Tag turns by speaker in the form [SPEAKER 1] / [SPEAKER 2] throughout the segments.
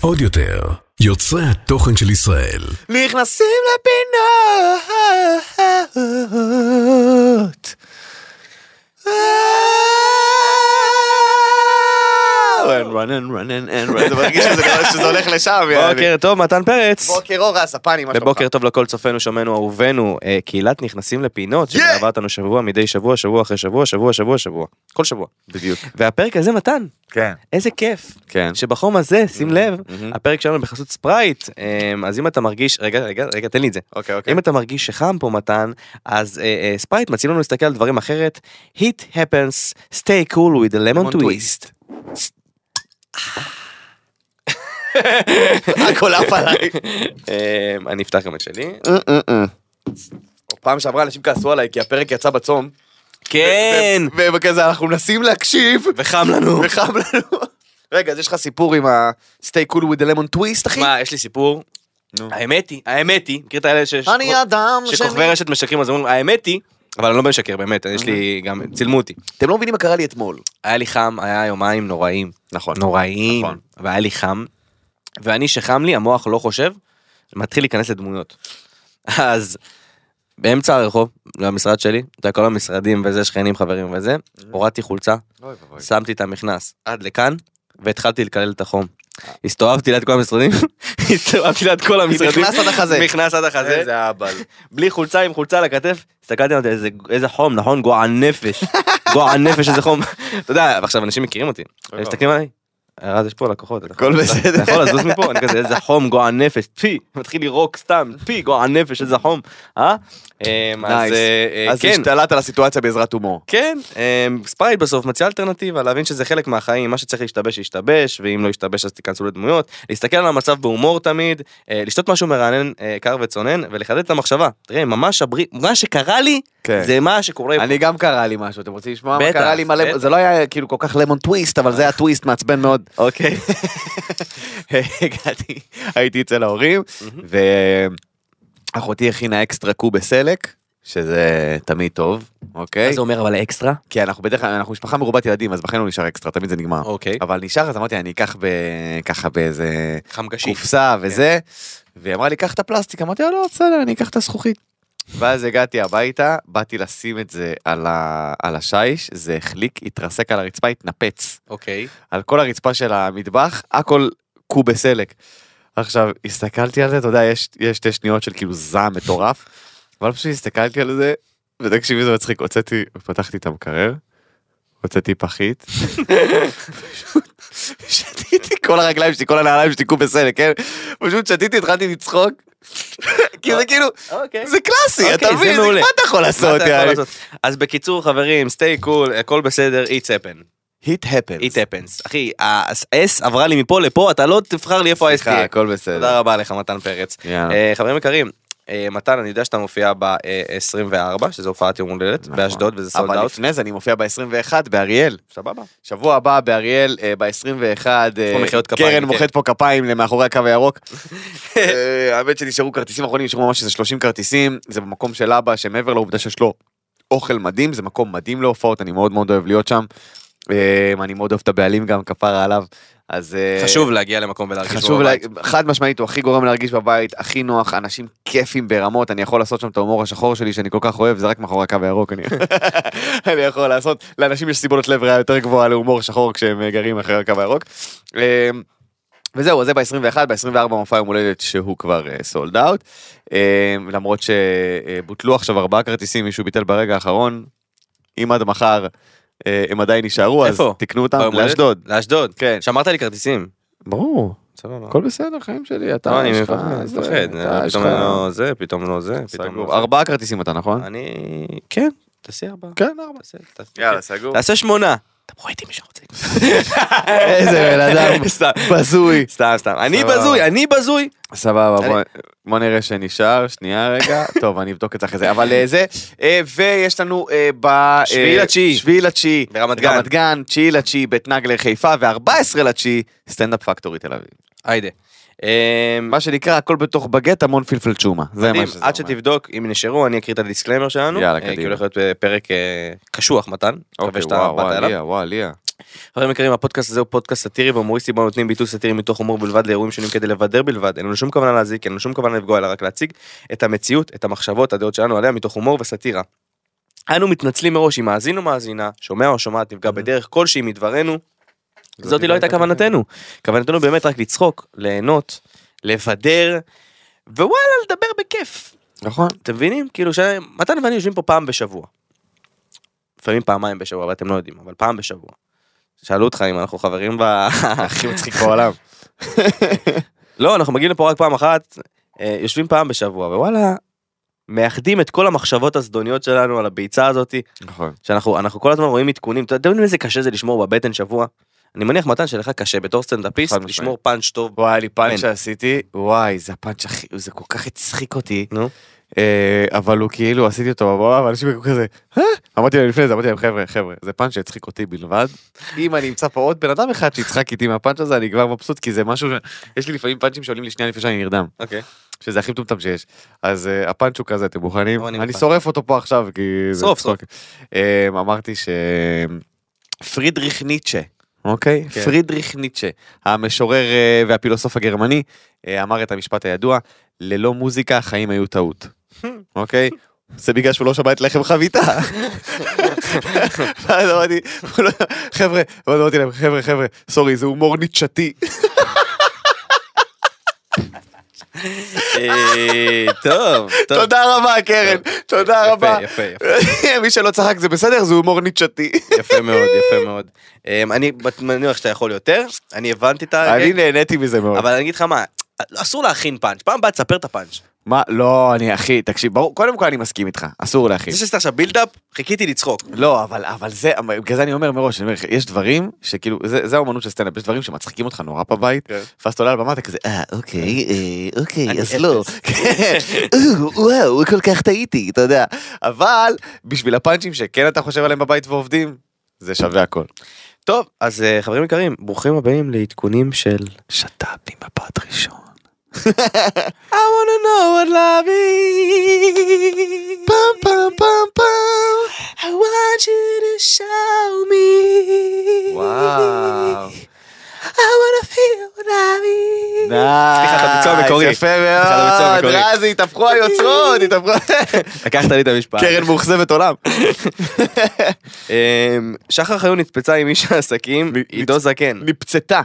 [SPEAKER 1] עוד יותר, יוצרי התוכן של ישראל.
[SPEAKER 2] נכנסים לפינות.
[SPEAKER 3] אה!
[SPEAKER 2] And run and run and and run. זה מרגיש שזה שזה הולך לשם. יעני.
[SPEAKER 3] בוקר טוב, מתן פרץ.
[SPEAKER 2] בוקר אור הספני, מה שלומך?
[SPEAKER 3] ובוקר טוב לכל צופינו, שומענו, אהובינו, אה, קהילת נכנסים לפינות,
[SPEAKER 2] Yeah!
[SPEAKER 3] שמלווה אותנו שבוע מדי שבוע, שבוע אחרי שבוע, שבוע, שבוע, שבוע. כל שבוע.
[SPEAKER 2] בדיוק.
[SPEAKER 3] והפרק הזה, מתן,
[SPEAKER 2] כן.
[SPEAKER 3] איזה כיף.
[SPEAKER 2] כן. mm-hmm.
[SPEAKER 3] שבחום הזה, שים לב,
[SPEAKER 2] מהמם.
[SPEAKER 3] הפרק שלנו בחסות ספרייט, אה, אז אם אתה מרגיש, רגע, רגע, רגע, תן לי את זה.
[SPEAKER 2] אוקיי, אוקיי.
[SPEAKER 3] אם אתה מרגיש שחם פה מתן, אז אה, אה, ספרייט מציעים לנו להסתכל על דברים אחרת. Heat happens, stay cool with a lemon
[SPEAKER 2] Lemon
[SPEAKER 3] twist.
[SPEAKER 2] הכל עף עליי.
[SPEAKER 3] אה, אני אפתח גם את שלי.
[SPEAKER 2] פעם שעברה אנשים כעסו עליי כי הפרק יצא בצום.
[SPEAKER 3] כן!
[SPEAKER 2] והם כזה, אנחנו מנסים להקשיב.
[SPEAKER 3] וחם לנו.
[SPEAKER 2] וחם לנו. רגע, אז יש לך סיפור עם ה-stay cool with the lemon twist, אחי?
[SPEAKER 3] מה, יש לי סיפור.
[SPEAKER 2] נו.
[SPEAKER 3] האמת היא, האמת היא, מכיר את האלה ש-
[SPEAKER 2] אני אדם
[SPEAKER 3] שכוכבי רשת משקרים אז אומרים, האמת היא, אבל אני לא משקר באמת, יש לי גם, צילמו אותי.
[SPEAKER 2] אתם לא מבינים מה קרה לי אתמול.
[SPEAKER 3] היה לי חם, היה יומיים נוראים.
[SPEAKER 2] נכון.
[SPEAKER 3] נוראים.
[SPEAKER 2] נכון.
[SPEAKER 3] והיה לי חם. ואני שחם לי, המוח לא חושב, מתחיל להיכנס לדמויות. אז באמצע הרחוב, למשרד שלי, אתה יודע, כל המשרדים וזה, שכנים, חברים וזה, הורדתי חולצה,
[SPEAKER 2] אוקיי.
[SPEAKER 3] שמתי את המכנס עד לכאן, והתחלתי לקלל את החום. הסתובבתי ליד כל המשרדים, הסתובבתי ליד כל המשרדים,
[SPEAKER 2] נכנס עד החזה. אה.
[SPEAKER 3] נכנס עד החזה,
[SPEAKER 2] איזה אהבל.
[SPEAKER 3] בלי חולצה עם חולצה על הכתף, הסתכלתי עליו, איזה, איזה חום, נכון? גועל נפש. גועל נפש, איזה חום. אתה יודע, עכשיו אנשים מכירים אותי, הם מסתכלים עליי. רז, יש פה לקוחות, אתה יכול-
[SPEAKER 2] הכל בסדר.
[SPEAKER 3] אתה יכול לזוז מפה? אני כזה, איזה חום, גועל נפש, פי, מתחיל לירוק סתם, פי, גועל נפש, איזה חום, אה? אמ, אז
[SPEAKER 2] Nice.
[SPEAKER 3] אה, אה,
[SPEAKER 2] אז
[SPEAKER 3] כן,
[SPEAKER 2] השתלט על הסיטואציה בעזרת הומור.
[SPEAKER 3] כן, אמ, ספרייט בסוף מציע אלטרנטיבה, להבין שזה חלק מהחיים, מה שצריך להשתבש, שישתבש, ואם לא ישתבש אז תיכנסו לדמויות, להסתכל על המצב בהומור תמיד, אה, לשתות משהו מרענן, אה, קר וצונן, ולחדד את המחשבה. תראה, ממש הברית, מה שקרה לי,
[SPEAKER 2] כן.
[SPEAKER 3] זה מה שקורה פה.
[SPEAKER 2] אני גם קרה לי משהו, אתם רוצים לשמוע מה
[SPEAKER 3] בטח,
[SPEAKER 2] קרה לי עם הלמון?
[SPEAKER 3] בטח.
[SPEAKER 2] זה לא היה כאילו כל כך למון טוויסט, אבל זה היה טוויסט מעצבן מאוד.
[SPEAKER 3] אוקיי.
[SPEAKER 2] הגעתי, הייתי אצל ההורים, ואחותי הכינה אקסטרה קוב בסלק, שזה תמיד טוב,
[SPEAKER 3] מה
[SPEAKER 2] אוקיי?
[SPEAKER 3] זה אומר אבל אקסטרה?
[SPEAKER 2] כי אנחנו בדרך כלל, אנחנו משפחה מרובת ילדים, אז בחיים לא נשאר אקסטרה, תמיד זה נגמר.
[SPEAKER 3] אוקיי.
[SPEAKER 2] אבל נשאר, אז אמרתי, אני אקח ב- ככה באיזה
[SPEAKER 3] חמגשי.
[SPEAKER 2] קופסה וזה, והיא אמרה לי, קח את הפלסטיק, אמרתי לה, לא, בסדר, אני אקח את הזכוכית. ואז הגעתי הביתה, באתי לשים את זה על ה- על השיש, זה החליק, התרסק על הרצפה, התנפץ.
[SPEAKER 3] אוקיי.
[SPEAKER 2] על כל הרצפה של המטבח, הכל קובי סלק. עכשיו, הסתכלתי על זה, אתה יודע, יש, יש שתי שניות של כאילו זעם מטורף, אבל פשוט הסתכלתי על זה, ותקשיבי, זה מצחיק, הוצאתי, פתחתי את המקרר, הוצאתי פחית, פשוט שתיתי כל הרגליים שלי, כל הנעליים שלי קובי סלק, כן? פשוט שתיתי, התחלתי לצחוק, כי זה כאילו,
[SPEAKER 3] אוקיי.
[SPEAKER 2] זה קלאסי, אתה
[SPEAKER 3] אוקיי, זה
[SPEAKER 2] מבין? זה-
[SPEAKER 3] מעולה.
[SPEAKER 2] מה אתה יכול
[SPEAKER 3] מה
[SPEAKER 2] לעשות,
[SPEAKER 3] אתה יכול
[SPEAKER 2] יאללה?
[SPEAKER 3] לעשות? אז בקיצור חברים, stay cool, הכל בסדר, it's happen.
[SPEAKER 2] It happens.
[SPEAKER 3] it happens. אחי, ה-S עברה לי מפה לפה, אתה לא תבחר לי איפה ה-S
[SPEAKER 2] סליחה,
[SPEAKER 3] תהיה.
[SPEAKER 2] הכל בסדר.
[SPEAKER 3] תודה רבה לך, מתן פרץ.
[SPEAKER 2] יאללה.
[SPEAKER 3] אה, חברים יקרים, אה, מתן, אני יודע שאתה מופיע ב-24, שזה הופעת יום הולדת,
[SPEAKER 2] נכון.
[SPEAKER 3] באשדוד, וזה סולד
[SPEAKER 2] אבל
[SPEAKER 3] אאוט.
[SPEAKER 2] לפני זה אני מופיע ב-21 באריאל.
[SPEAKER 3] סבבה.
[SPEAKER 2] שבוע הבא באריאל, אה, ב-21,
[SPEAKER 3] פה
[SPEAKER 2] אה,
[SPEAKER 3] מחיאות כפיים,
[SPEAKER 2] קרן
[SPEAKER 3] כן.
[SPEAKER 2] מוחאת פה כפיים למאחורי הקו הירוק. אה, האמת שנשארו כרטיסים אחרונים, נשארו ממש איזה 30 כרטיסים, זה במקום של אבא, שמעבר לעובדה שיש לו אוכל מדהים, זה מקום מדהים להופעות, אני מאוד מאוד אוהב להיות שם. אה, אני מאוד אוהב את הבעלים גם, כפרה עליו. אז... אה,
[SPEAKER 3] חשוב להגיע למקום ולהרגיש
[SPEAKER 2] חשוב,
[SPEAKER 3] בו
[SPEAKER 2] לה...
[SPEAKER 3] בבית.
[SPEAKER 2] חד משמעית, הוא הכי גורם להרגיש בבית, הכי נוח, אנשים כיפים ברמות, אני יכול לעשות שם את ההומור השחור שלי שאני כל כך אוהב, זה רק מאחורי הקו הירוק, אני, אני יכול לעשות, לאנשים יש סיבולת לב ריאה יותר גבוהה להומור שחור כשהם אה, גרים אחרי הקו הירוק. אה, וזהו, אז זה ב-21, ב-24 מופע יום הולדת שהוא כבר אה, סולד אאוט, אמ, למרות שבוטלו עכשיו ארבעה כרטיסים, מישהו ביטל ברגע האחרון, אם עד מחר אה, הם עדיין יישארו, אז
[SPEAKER 3] איפה?
[SPEAKER 2] תקנו אותם
[SPEAKER 3] ביום הולדת?
[SPEAKER 2] לאשדוד.
[SPEAKER 3] לאשדוד.
[SPEAKER 2] כן.
[SPEAKER 3] שמרת לי כרטיסים.
[SPEAKER 2] ברור.
[SPEAKER 3] סבבה.
[SPEAKER 2] הכל בסדר, חיים שלי, אתה,
[SPEAKER 3] נכון. לא, אני
[SPEAKER 2] יש לך- זה-
[SPEAKER 3] מפחד,
[SPEAKER 2] אתה, יש
[SPEAKER 3] פתאום
[SPEAKER 2] לך-
[SPEAKER 3] לא זה, פתאום לא זה, פתאום לא
[SPEAKER 2] סגור.
[SPEAKER 3] זה.
[SPEAKER 2] ארבעה כרטיסים אתה, נכון?
[SPEAKER 3] אני... כן, תעשי ארבע.
[SPEAKER 2] כן, ארבע.
[SPEAKER 3] תעשה- תעשה- כן.
[SPEAKER 2] יאללה, סגור.
[SPEAKER 3] תעשה שמונה. אתה רואה איתי מי שרוצה.
[SPEAKER 2] איזה בן אדם
[SPEAKER 3] סתם,
[SPEAKER 2] בזוי.
[SPEAKER 3] סתם, סתם. אני
[SPEAKER 2] סבבה.
[SPEAKER 3] בזוי, אני בזוי.
[SPEAKER 2] סבבה, בוא- בוא נראה שנשאר, שנייה רגע. טוב, אני אבדוק את זה אחרי זה, אבל אה, זה, אה, ויש לנו אה, ב... אה,
[SPEAKER 3] שביעי לתשיעי.
[SPEAKER 2] שביעי לתשיעי.
[SPEAKER 3] ברמת גן.
[SPEAKER 2] ברמת גן, תשיעי לתשיעי, בית נגלה חיפה, ו-14 לתשיעי, סטנדאפ פקטורי תל אביב.
[SPEAKER 3] היידה. אמ,
[SPEAKER 2] מה שנקרא, הכל בתוך בגט, המון פלפל צ'ומה. זה
[SPEAKER 3] מדהים,
[SPEAKER 2] מה שזה אומר.
[SPEAKER 3] עד שתבדוק אם נשארו אני אקריא את הדיסקליימר שלנו.
[SPEAKER 2] יאללה,
[SPEAKER 3] אה, כי
[SPEAKER 2] קדימה.
[SPEAKER 3] הולך להיות אה, פרק אה, קשוח מתן. מקווה
[SPEAKER 2] אוקיי,
[SPEAKER 3] שאתה
[SPEAKER 2] וואו,
[SPEAKER 3] באת
[SPEAKER 2] וואו,
[SPEAKER 3] אליו.
[SPEAKER 2] ליה, וואו, ליה.
[SPEAKER 3] חברים יקרים, הפודקאסט הזה הוא פודקאסט סאטירי והומוריסטי בו נותנים ביטוי סאטירי מתוך הומור בלבד לאירועים שונים כדי לבדר בלבד. אין לנו שום כוונה להזיק, אין לנו שום כוונה לפגוע, אלא רק להציג את המציאות, את המחשבות, הדעות שלנו עליה מתוך הומור וסאטירה. אנו מתנצלים מראש אם מאזין או מאזינה, שומע או שומעת,
[SPEAKER 2] Mm-hmm.
[SPEAKER 3] נפגע בדרך כלשהי מדברנו. זאת לא הייתה כוונתנו. כוונתנו באמת רק לצחוק, ליהנות, לבדר, ווואלה, לדבר בכיף.
[SPEAKER 2] נכון.
[SPEAKER 3] אתם מבינים? כאילו, ש- מתן ואני יושבים פה פעם בשבוע. לפעמים פעמיים בשבוע, אבל אתם לא יודעים, אבל פעם בשבוע. שאלו אותך אם אנחנו חברים ב...
[SPEAKER 2] הכי מצחיק בעולם.
[SPEAKER 3] לא, אנחנו מגיעים לפה רק פעם אחת, אה, יושבים פעם בשבוע, ווואלה, מאחדים את כל המחשבות הזדוניות שלנו על הביצה הזאתי,
[SPEAKER 2] נכון.
[SPEAKER 3] שאנחנו אנחנו כל הזמן רואים עדכונים, אתה יודע, אתם יודעים איזה קשה זה לשמור בבטן שבוע? אני מניח מתן שלך קשה בתור סטנדאפיסט
[SPEAKER 2] חד משמעית.
[SPEAKER 3] לשמור פאנץ' טוב.
[SPEAKER 2] וואי, היה לי
[SPEAKER 3] אין.
[SPEAKER 2] פאנץ' שעשיתי, וואי, זה הפאנץ' הכי, זה כל כך הצחיק אותי.
[SPEAKER 3] נו.
[SPEAKER 2] אה, אבל הוא כאילו, עשיתי אותו בבואה, ואנשים היו כזה, "אה?" אמרתי להם לפני זה, אמרתי להם, חבר'ה, חבר'ה, זה פאנץ' שהצחיק אותי בלבד. אם אני אמצא פה עוד בן אדם אחד שיצחק איתי מהפאנץ' הזה, אני כבר מבסוט, כי זה משהו, ש- יש לי לפעמים פאנצ'ים שעולים לי שנייה לפני שאני נרדם,
[SPEAKER 3] אוקיי.
[SPEAKER 2] שזה הכי מטומטם שיש. אז אה, הפאנץ' הוא כזה, אתם מוכנים?
[SPEAKER 3] לא, אני
[SPEAKER 2] אני
[SPEAKER 3] מוכן.
[SPEAKER 2] שורף אותו פה עכשיו, כי... זה
[SPEAKER 3] שרוף,
[SPEAKER 2] צחוק. אה, אמרתי ש... פרידריך ניטשה. אוקיי?
[SPEAKER 3] כן.
[SPEAKER 2] פרידריך ניטשה, המשורר אה, והפילוסוף הגרמני, אה, אמר את המשפט הידוע, ללא מוזיקה החיים היו טעות. אוקיי? זה בגלל שהוא לא שמע את לחם חביתה. ואז אמרתי, הוא לא- חבר'ה, ואז אמרתי להם, חבר'ה, חבר'ה, סורי, זה הומור ניטשתי.
[SPEAKER 3] אה, טוב, טוב.
[SPEAKER 2] תודה רבה, קרן, תודה רבה.
[SPEAKER 3] יפה, יפה, יפה.
[SPEAKER 2] מי שלא צחק זה בסדר, זה הומור ניטשתי.
[SPEAKER 3] יפה מאוד, יפה מאוד. אמ, אני מניח שאתה יכול יותר, אני הבנתי את ה... אוקיי?
[SPEAKER 2] אני לא. נהניתי מזה מאוד.
[SPEAKER 3] אבל אני אגיד לך מה, אסור להכין פאנץ', פעם הבאה תספר את הפאנץ'.
[SPEAKER 2] מה, לא, אני אחי, תקשיב, ברור, קודם כל אני מסכים איתך, אסור להכין.
[SPEAKER 3] זה שעשית עכשיו בילדאפ, חיכיתי לצחוק.
[SPEAKER 2] לא, אבל, אבל זה, בגלל זה אני אומר מראש, אני אומר, יש דברים שכאילו, זה, זה האומנות של סטנדאפ, יש דברים שמצחיקים אותך נורא בבית,
[SPEAKER 3] כן.
[SPEAKER 2] ואז אתה עולה על במה, אתה כזה, אה, אוקיי, אה,
[SPEAKER 3] אני
[SPEAKER 2] אוקיי, אז
[SPEAKER 3] אפס.
[SPEAKER 2] לא. כן. "או, וואו, כל כך טעיתי, אתה יודע. אבל, בשביל הפאנצ'ים שכן אתה חושב עליהם בבית ועובדים, זה שווה הכל.
[SPEAKER 3] טוב, אז אה, חברים יקרים, ברוכים הבאים לעדכונים של...
[SPEAKER 2] שת"פ ממבט ראשון.
[SPEAKER 3] I wanna know what love is.
[SPEAKER 2] פעם פעם פעם פעם.
[SPEAKER 3] I want you to show me.
[SPEAKER 2] וואו.
[SPEAKER 3] I wanna feel what love is. סליחה, את הביצוע המקורי.
[SPEAKER 2] יפה
[SPEAKER 3] את הביצוע
[SPEAKER 2] מאוד,
[SPEAKER 3] המקורי.
[SPEAKER 2] רזי, התהפכו היוצרות, התהפכו...
[SPEAKER 3] לקחת לי את המשפט.
[SPEAKER 2] קרן מאוכזבת עולם.
[SPEAKER 3] אמ, שחר חיון נתפצה עם איש העסקים, עידו זקן.
[SPEAKER 2] כן. נפצתה.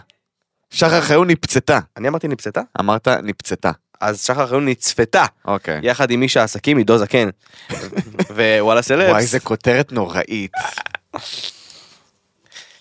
[SPEAKER 2] שחר חיון נפצתה.
[SPEAKER 3] אני אמרתי נפצתה?
[SPEAKER 2] אמרת נפצתה.
[SPEAKER 3] אז שחר חיון נצפתה.
[SPEAKER 2] אוקיי.
[SPEAKER 3] יחד עם איש העסקים עידו זקן. ווואלה סלבס.
[SPEAKER 2] וואי, איזה כותרת נוראית.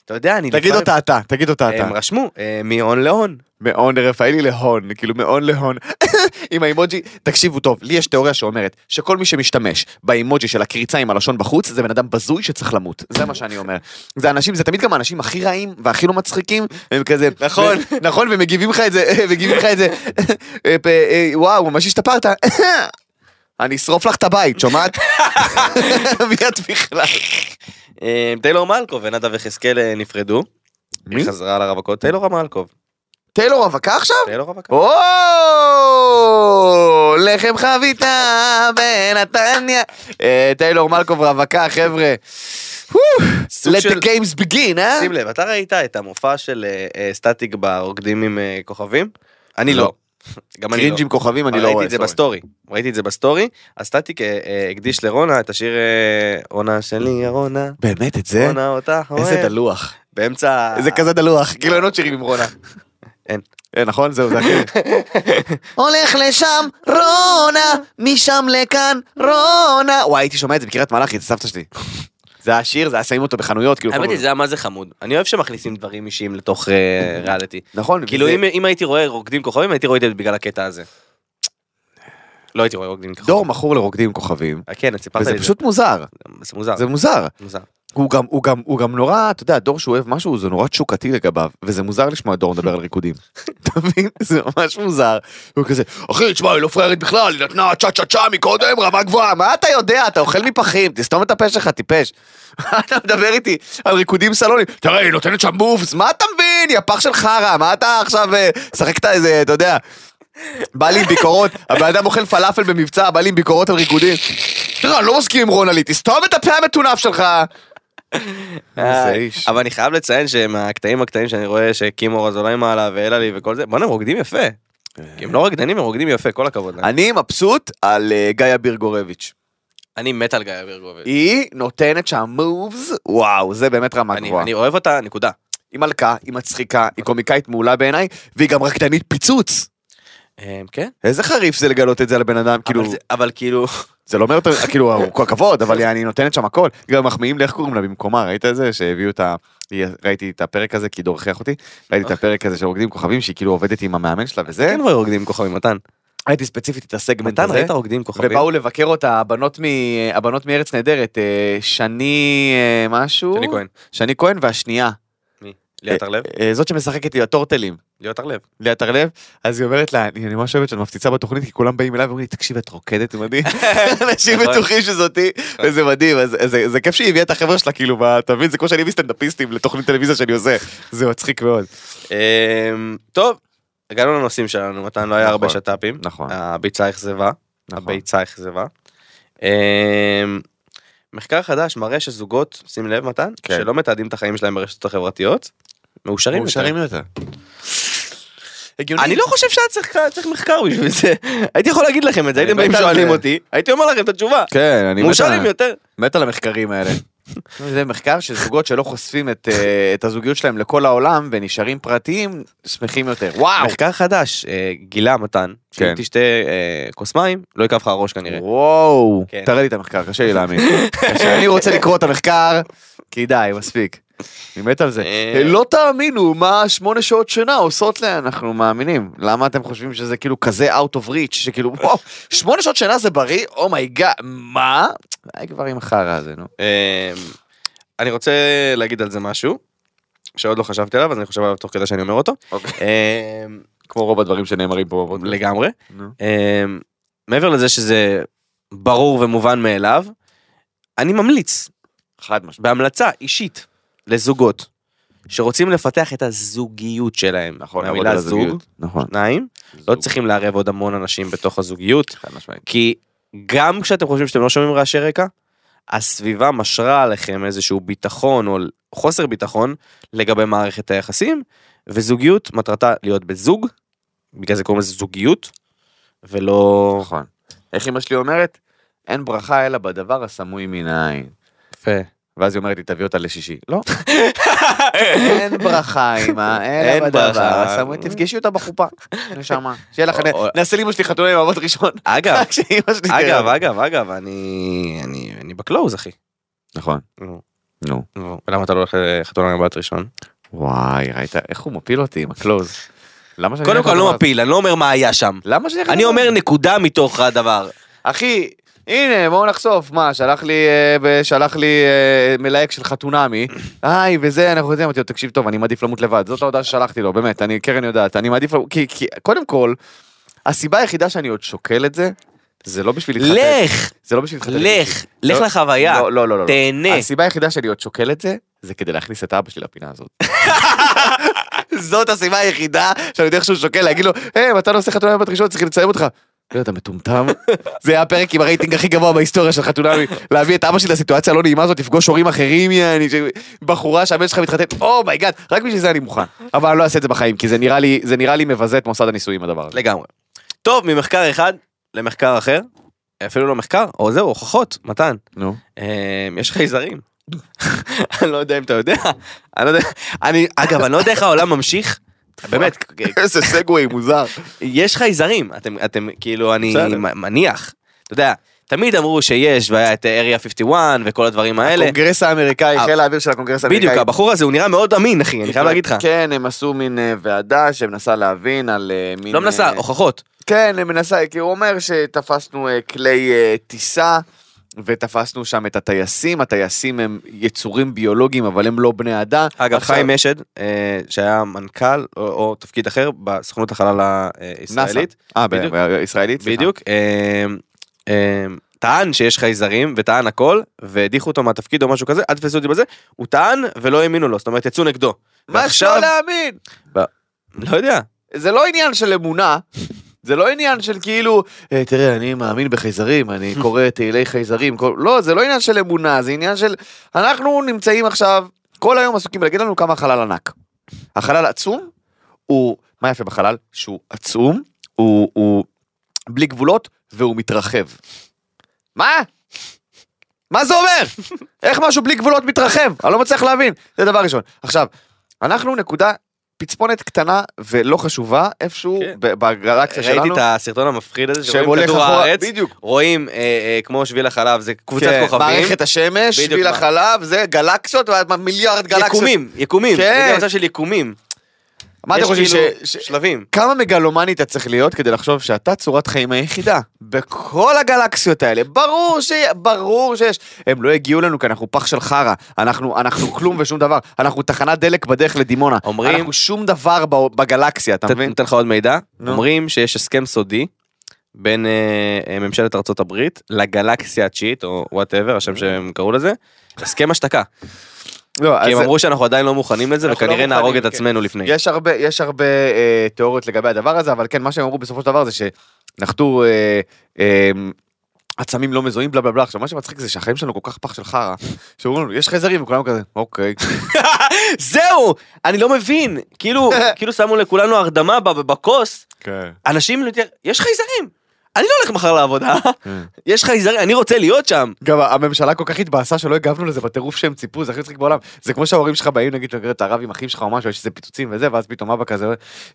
[SPEAKER 3] אתה יודע, אני...
[SPEAKER 2] תגיד
[SPEAKER 3] לפעמים-
[SPEAKER 2] אותה אתה, תגיד אותה אתה.
[SPEAKER 3] הם רשמו, אה, מהון להון.
[SPEAKER 2] מהון לרפאלי להון, כאילו מהון להון. עם האימוג'י, תקשיבו טוב, לי יש תיאוריה שאומרת שכל מי שמשתמש באימוג'י של הקריצה עם הלשון בחוץ, זה בן אדם בזוי שצריך למות. זה מה שאני אומר. זה אנשים, זה תמיד גם האנשים הכי רעים והכי לא מצחיקים, הם כזה...
[SPEAKER 3] נכון.
[SPEAKER 2] ו- נכון, ומגיבים לך את זה, מגיבים לך את זה. אה, פ- אה, וואו, ממש השתפרת. אני אשרוף לך את הבית, שומעת? מי את בכלל?
[SPEAKER 3] אה, טיילור מלקוב ונדב יחזקאל אה, נפרדו. היא חזרה לרווקות. טיילור המלקוב.
[SPEAKER 2] טיילור רווקה עכשיו?
[SPEAKER 3] טיילור רווקה.
[SPEAKER 2] או, לחם חביתה בנתניה. אה, טיילור מלקוב רווקה, חבר'ה.
[SPEAKER 3] סוג
[SPEAKER 2] Let
[SPEAKER 3] של...
[SPEAKER 2] the games begin, אה?
[SPEAKER 3] שים לב, אתה ראית את המופע של אה, אה, סטטיק ברוקדים עם אה, כוכבים? אני לא.
[SPEAKER 2] לא.
[SPEAKER 3] גם אני לא.
[SPEAKER 2] קרינג' עם כוכבים, אני
[SPEAKER 3] אבל
[SPEAKER 2] לא רואה.
[SPEAKER 3] ראיתי את
[SPEAKER 2] סורי.
[SPEAKER 3] זה בסטורי. ראיתי את זה בסטורי. אז סטטיק אה, אה, הקדיש לרונה את השיר אה, רונה שלי, רונה.
[SPEAKER 2] באמת, את זה?
[SPEAKER 3] רונה אותך,
[SPEAKER 2] כן? איזה
[SPEAKER 3] אוהב.
[SPEAKER 2] דלוח.
[SPEAKER 3] באמצע...
[SPEAKER 2] זה כזה דלוח. אה. כאילו אין עוד שירים עם רונה.
[SPEAKER 3] אין.
[SPEAKER 2] אין, נכון? זהו, זה הכי... הולך לשם, רונה, משם לכאן, רונה. וואי, הייתי שומע את זה בקריית מלאכי, זה סבתא שלי. זה השיר, זה היה שמים אותו בחנויות, כאילו...
[SPEAKER 3] האמת
[SPEAKER 2] כל
[SPEAKER 3] היא,
[SPEAKER 2] מיני-
[SPEAKER 3] זה היה מה זה חמוד. אני אוהב שמכניסים דברים אישיים לתוך אה, ריאליטי.
[SPEAKER 2] נכון,
[SPEAKER 3] כאילו
[SPEAKER 2] וזה-
[SPEAKER 3] אם- אם הייתי רואה רוקדים כוכבים הייתי רואה את זה בגלל הקטע הזה. לא הייתי רואה רוקדים כוכבים.
[SPEAKER 2] דור מכור לרוקדים עם כוכבים,
[SPEAKER 3] אה, כן, סיפרת לי אה.
[SPEAKER 2] וזה
[SPEAKER 3] את זה.
[SPEAKER 2] פשוט מוזר.
[SPEAKER 3] זה מוזר.
[SPEAKER 2] זה מוזר.
[SPEAKER 3] מוזר.
[SPEAKER 2] הוא גם, הוא גם, הוא גם נורא, אתה יודע, דור שאוהב משהו, זה נורא תשוקתי לגביו, וזה מוזר לשמוע דור מדבר על ריקודים. אתה מבין? זה ממש מוזר. הוא כזה, אחי, תשמע, היא לא פריירית בכלל, היא נתנה צ'ה צ'ה צ'ה מקודם, רמה גבוהה, מה אתה יודע? אתה אוכל מפחים, תסתום את הפה שלך, טיפש. מה אתה מדבר איתי על ריקודים סלונים? תראה, היא נותנת שם מובס, מה אתה מבין? יא פח של חרא, מה אתה עכשיו אה, משחק את איזה, אתה יודע. בא לי עם ביקורות, הבן אדם אוכל פלאפל במבצע, בא לי עם ביקורות על ריקודים. תראה, אני לא מסכים עם רונלי, תסתום את הפה המטונף שלך. איזה איש.
[SPEAKER 3] אה, אבל אני חייב לציין שמהקטעים הקטעים שאני רואה שקימו רזולאי מעלה ואלה לי וכל זה, בוא'נה הם רוקדים יפה. כי הם לא רקדנים, הם רוקדים יפה, כל הכבוד להם.
[SPEAKER 2] אני מבסוט על אה, גיא בירגורביץ'.
[SPEAKER 3] אני מת על גיא אבירגוביץ'.
[SPEAKER 2] היא נותנת שם מובס, וואו, זה באמת רמה
[SPEAKER 3] אני-
[SPEAKER 2] גבוהה.
[SPEAKER 3] אני אוהב אותה, נקודה.
[SPEAKER 2] היא מלכה, היא מצחיקה, היא קומיקאית מעולה בעיניי, והיא גם רקדנית פיצוץ.
[SPEAKER 3] אה, כן?
[SPEAKER 2] איזה חריף זה לגלות את זה על בן אדם, כאילו,
[SPEAKER 3] אבל זה- אבל כאילו,
[SPEAKER 2] זה לא אומר יותר, כאילו, כל הכבוד, אבל היא נותנת שם הכל. גם מחמיאים לי, איך קוראים לה במקומה, ראית את זה? שהביאו את ה... היא- ראיתי את הפרק הזה, כי היא דורכח אותי, ראיתי את הפרק הזה של רוקדים כוכבים, שהיא כאילו עובדת עם המאמן שלה וזה.
[SPEAKER 3] כן רואה רוקדים עם כוכבים, מתן.
[SPEAKER 2] ראיתי ספציפית את הסגמנט
[SPEAKER 3] מתן, אה?
[SPEAKER 2] הזה.
[SPEAKER 3] ראית רוקדים עם כוכבים?
[SPEAKER 2] ובאו לבקר אותה הבנות, מ... הבנות מארץ נהדרת, אה, שני אה, משהו,
[SPEAKER 3] שני כהן.
[SPEAKER 2] שני כהן והשנייה,
[SPEAKER 3] ליאת הרלב?
[SPEAKER 2] אה, זאת שמשחקת עם הטורטלים,
[SPEAKER 3] ליאת הרלב.
[SPEAKER 2] ליאת הרלב, אז היא אומרת לה, אני אני ממש אוהבת שאת מפציצה בתוכנית, כי כולם באים אליי ואומרים לי, תקשיב, את רוקדת, זה מדהים. אנשים
[SPEAKER 3] נכון.
[SPEAKER 2] בטוחים שזאתי, וזה מדהים, אז אז זה- זה כיף שהיא הביאה את החבר'ה שלה, כאילו, ב- אתה מבין, זה כמו שאני מביא סטנדאפיסטים לתוכנית טלוויזיה שאני עושה, זה מצחיק מאוד.
[SPEAKER 3] אמ, טוב, הגענו לנושאים שלנו, מתן לא היה
[SPEAKER 2] נכון.
[SPEAKER 3] הרבה שת"פים.
[SPEAKER 2] נכון,
[SPEAKER 3] הביצה אכזבה.
[SPEAKER 2] נכון.
[SPEAKER 3] הביצה אכזבה. אמ, מחקר חדש מראה שזוגות, שים לב מתן,
[SPEAKER 2] כן.
[SPEAKER 3] שלא מתעדים את החיים שלהם ברשתות החברתיות, מאושרים יותר.
[SPEAKER 2] מאושרים יותר.
[SPEAKER 3] אני לא חושב שהיה צריך- צריך מחקר בשביל זה. הייתי יכול להגיד לכם את זה,
[SPEAKER 2] אני
[SPEAKER 3] הייתם
[SPEAKER 2] מת
[SPEAKER 3] באים
[SPEAKER 2] על
[SPEAKER 3] שואלים
[SPEAKER 2] זה.
[SPEAKER 3] אותי, הייתי אומר לכם את התשובה.
[SPEAKER 2] כן, אני
[SPEAKER 3] מאושרים יותר.
[SPEAKER 2] מת על המחקרים האלה. זה מחקר של זוגות שלא חושפים את, אה, את הזוגיות שלהם לכל העולם ונשארים פרטיים, שמחים יותר. וואו!
[SPEAKER 3] מחקר חדש, אה, גילה מתן, שאם
[SPEAKER 2] כן.
[SPEAKER 3] תשתה אה, כוס מים, לא יכאב לך הראש כנראה.
[SPEAKER 2] וואו!
[SPEAKER 3] כן.
[SPEAKER 2] תראה לי את המחקר, קשה לי להאמין. קשה, אני רוצה לקרוא את המחקר, כי די, מספיק. אני מת על זה.
[SPEAKER 3] אה.
[SPEAKER 2] לא תאמינו מה שמונה שעות שינה עושות לה, אנחנו מאמינים. למה אתם חושבים שזה כאילו כזה out of reach, שכאילו, וואו, שמונה שעות שינה זה בריא? אומייגאד, מה? די כבר עם החרא הזה, נו.
[SPEAKER 3] אמ, אני רוצה להגיד על זה משהו שעוד לא חשבתי עליו אז אני חושב עליו תוך כדי שאני אומר אותו אמ,
[SPEAKER 2] אוקיי. כמו רוב הדברים שנאמרים פה בפודקאסט.
[SPEAKER 3] לגמרי
[SPEAKER 2] נו.
[SPEAKER 3] אמ, מעבר לזה שזה ברור ומובן מאליו אני ממליץ
[SPEAKER 2] חד משמעית.
[SPEAKER 3] בהמלצה אישית לזוגות שרוצים לפתח את הזוגיות שלהם
[SPEAKER 2] נכון,
[SPEAKER 3] המילה
[SPEAKER 2] לעבוד על
[SPEAKER 3] זוג
[SPEAKER 2] הזוגיות. נכון.
[SPEAKER 3] שניים לא
[SPEAKER 2] זוג.
[SPEAKER 3] צריכים לערב עוד המון אנשים בתוך הזוגיות
[SPEAKER 2] חד משמעית.
[SPEAKER 3] כי גם כשאתם חושבים שאתם לא שומעים רעשי רקע, הסביבה משרה עליכם איזשהו ביטחון או חוסר ביטחון לגבי מערכת היחסים, וזוגיות מטרתה להיות בזוג, בגלל זה קוראים לזה זוגיות, ולא...
[SPEAKER 2] נכון. איך אמא שלי אומרת? אין ברכה אלא בדבר הסמוי מן העין.
[SPEAKER 3] יפה.
[SPEAKER 2] ואז היא אומרת לי, תביא אותה לשישי. לא. אין ברכה, אמא,
[SPEAKER 3] אין
[SPEAKER 2] אלא בדבר
[SPEAKER 3] ברכה.
[SPEAKER 2] הסמוי. תפגשי אותה בחופה. נשמה. שיהיה לך...
[SPEAKER 3] או-
[SPEAKER 2] נעשה לאמא שלי חתונה עם מבט ראשון.
[SPEAKER 3] אגב,
[SPEAKER 2] כשאמא שלי... תראה
[SPEAKER 3] אגב,
[SPEAKER 2] אותה.
[SPEAKER 3] אגב, אגב, אני... אני, אני בקלוז, אחי.
[SPEAKER 2] נכון.
[SPEAKER 3] נו.
[SPEAKER 2] נו.
[SPEAKER 3] נו, למה אתה לא הולך לחתונה עם הבת ראשון?
[SPEAKER 2] וואי, ראית איך הוא מפיל אותי עם הקלוז. למה שאני...
[SPEAKER 3] קודם
[SPEAKER 2] אלך
[SPEAKER 3] כל,
[SPEAKER 2] לדבר
[SPEAKER 3] לא
[SPEAKER 2] הזה?
[SPEAKER 3] מפיל, אני לא אומר מה היה שם.
[SPEAKER 2] למה שאני... אלך
[SPEAKER 3] אני
[SPEAKER 2] לדבר
[SPEAKER 3] אומר
[SPEAKER 2] הזה?
[SPEAKER 3] נקודה מתוך הדבר.
[SPEAKER 2] אחי, הנה, בואו נחשוף. מה, שלח לי, אה, ב- שלח לי אה, מלהק של חתונמי. היי, וזה, אנחנו יודעים, אמרתי לו, תקשיב טוב, אני מעדיף למות לבד. זאת ההודעה ששלחתי לו, באמת, אני, קרן יודעת, אני מעדיף למות, כי, כי, קודם כל, הסיבה היחידה שאני עוד שוקל את זה, זה לא בשביל להתחתן.
[SPEAKER 3] לך,
[SPEAKER 2] זה לא בשביל להתחתן.
[SPEAKER 3] לך, לך
[SPEAKER 2] לא,
[SPEAKER 3] לחוויה.
[SPEAKER 2] לא, לא, לא, לא.
[SPEAKER 3] תהנה.
[SPEAKER 2] הסיבה היחידה שאני עוד שוקל את זה, זה כדי להכניס את אבא שלי לפינה הזאת. זאת הסיבה היחידה שאני יודע איך שהוא שוקל להגיד לו, היי, מתן עושה חתונה בבת ראשון, צריכים לציין אותך. לא, אתה מטומטם. זה היה הפרק עם הרייטינג הכי גבוה בהיסטוריה של חתונמי. להביא את אבא שלי לסיטואציה הלא נעימה הזאת, לפגוש הורים אחרים, יעני, ש- בחורה שהבן שלך מתחתן, אומייגאד, רק בשביל זה אני מוכן. אבל אני לא אעשה את זה בחיים, כי זה נראה לי, זה נראה לי מבזה את מוסד הנישואים הדבר הזה.
[SPEAKER 3] לגמרי. טוב, ממחקר אחד למחקר אחר, אפילו לא מחקר, או זהו, הוכחות, מתן.
[SPEAKER 2] נו.
[SPEAKER 3] אה, יש חייזרים. אני לא יודע אם אתה יודע, אני לא יודע, אני, אגב, אני לא יודע איך העולם ממשיך, באמת,
[SPEAKER 2] איזה סגווי מוזר.
[SPEAKER 3] יש חייזרים, אתם, אתם, כאילו, אני
[SPEAKER 2] בסדר.
[SPEAKER 3] מ- מניח, אתה יודע, תמיד אמרו שיש, והיה את אריה 51 וכל הדברים האלה,
[SPEAKER 2] הקונגרס האמריקאי, חיל האוויר של הקונגרס האמריקאי.
[SPEAKER 3] בדיוק, הבחור הזה, הוא נראה מאוד אמין, אחי, אני חייב להגיד לך,
[SPEAKER 2] כן, הם עשו מין אה, ועדה שמנסה להבין על אה, מין...
[SPEAKER 3] לא מנסה,
[SPEAKER 2] אה,
[SPEAKER 3] הוכחות,
[SPEAKER 2] כן, הם מנסה, כי הוא אומר שתפסנו אה, כלי אה, טיסה. ותפסנו שם את הטייסים, הטייסים הם יצורים ביולוגיים, אבל הם לא בני אדם.
[SPEAKER 3] אגב,
[SPEAKER 2] עכשיו-
[SPEAKER 3] חיים אשד, אה, שהיה מנכ"ל, או- או תפקיד אחר, בסוכנות החלל הישראלית,
[SPEAKER 2] נאסא. אה,
[SPEAKER 3] בדיוק.
[SPEAKER 2] ב- ישראלית? סליחה.
[SPEAKER 3] בדיוק. אמ, אמ, טען שיש חייזרים וטען הכל והדיחו אותו מהתפקיד או משהו כזה אל תפסו אותי בזה הוא טען ולא האמינו לו זאת אומרת יצאו נגדו.
[SPEAKER 2] מה יש
[SPEAKER 3] ועכשיו-
[SPEAKER 2] לא להאמין?
[SPEAKER 3] לא יודע.
[SPEAKER 2] זה לא עניין של אמונה, זה לא עניין של כאילו, "אה, תראה, אני מאמין בחייזרים, אני קורא תהילי חייזרים, כל... לא, זה לא עניין של אמונה, זה עניין של... אנחנו נמצאים עכשיו, כל היום עסוקים בלהגיד לנו כמה החלל ענק. החלל עצום, הוא... מה יפה בחלל? שהוא עצום, הוא, הוא בלי גבולות, והוא מתרחב. מה? מה זה אומר? איך משהו בלי גבולות מתרחב? אני לא מצליח להבין. זה דבר ראשון. עכשיו, אנחנו נקודה פצפונת קטנה ולא חשובה איפשהו
[SPEAKER 3] כן.
[SPEAKER 2] ב- בגלקסיה שלנו.
[SPEAKER 3] ראיתי את הסרטון המפחיד הזה
[SPEAKER 2] שהם
[SPEAKER 3] שרואים
[SPEAKER 2] הולך
[SPEAKER 3] כדור
[SPEAKER 2] אחורה,
[SPEAKER 3] הארץ,
[SPEAKER 2] בדיוק.
[SPEAKER 3] רואים אה, אה, כמו שביל החלב, זה קבוצת
[SPEAKER 2] כן,
[SPEAKER 3] כוכבים,
[SPEAKER 2] מערכת השמש,
[SPEAKER 3] בדיוק,
[SPEAKER 2] שביל
[SPEAKER 3] מה-
[SPEAKER 2] החלב, זה גלקסיות, מיליארד גלקסיות.
[SPEAKER 3] יקומים, יקומים,
[SPEAKER 2] כן.
[SPEAKER 3] זה מצב של יקומים,
[SPEAKER 2] מה אתם
[SPEAKER 3] יש
[SPEAKER 2] חושבים
[SPEAKER 3] כאילו
[SPEAKER 2] ש... ש-
[SPEAKER 3] שלבים,
[SPEAKER 2] כמה מגלומני אתה צריך להיות כדי לחשוב שאתה צורת חיים היחידה בכל הגלקסיות האלה? ברור ש... ברור שיש. הם לא הגיעו אלינו כי אנחנו פח של חרא. אנחנו, אנחנו כלום ושום דבר. אנחנו תחנת דלק בדרך לדימונה.
[SPEAKER 3] אומרים-
[SPEAKER 2] אנחנו שום דבר ב- בגלקסיה, אתה
[SPEAKER 3] ת-
[SPEAKER 2] מבין?
[SPEAKER 3] נותן לך עוד מידע,
[SPEAKER 2] נו.
[SPEAKER 3] אומרים שיש הסכם סודי בין אה, אה, ממשלת ארצות הברית לגלקסיה התשיעית או וואטאבר
[SPEAKER 2] אה.
[SPEAKER 3] השם שהם קראו לזה, הסכם השתקה,
[SPEAKER 2] לא, אז
[SPEAKER 3] כי הם אמרו שאנחנו עדיין לא מוכנים לזה
[SPEAKER 2] אנחנו לא
[SPEAKER 3] וכנראה נהרוג את
[SPEAKER 2] מוכנים, כן.
[SPEAKER 3] עצמנו לפני,
[SPEAKER 2] יש הרבה, יש הרבה אה, תיאוריות לגבי הדבר הזה, אבל כן, מה שהם אמרו בסופו של דבר זה שנחתו אה, אה, עצמים לא מזוהים, בלה בלה בלה. עכשיו, מה שמצחיק זה שהחיים שלנו כל כך פח של חרא, שאומרים לנו, יש חייזרים, וכולם כזה, אוקיי.
[SPEAKER 3] זהו, אני לא מבין, כאילו, כאילו שמו לכולנו הרדמה ב- בכוס,
[SPEAKER 2] כן.
[SPEAKER 3] אנשים, לא- יש חייזרים, אני לא הולך מחר לעבודה,
[SPEAKER 2] כן.
[SPEAKER 3] יש חייזרים, אני רוצה להיות שם.
[SPEAKER 2] גם הממשלה כל כך התבאסה שלא הגבנו לזה בטירוף שהם ציפו, זה הכי מצחיק בעולם. זה כמו שההורים שלך באים, נגיד, לגרד את הרב עם אחים שלך או משהו, יש איזה פיצוצים וזה, ואז פתאום אבא כזה,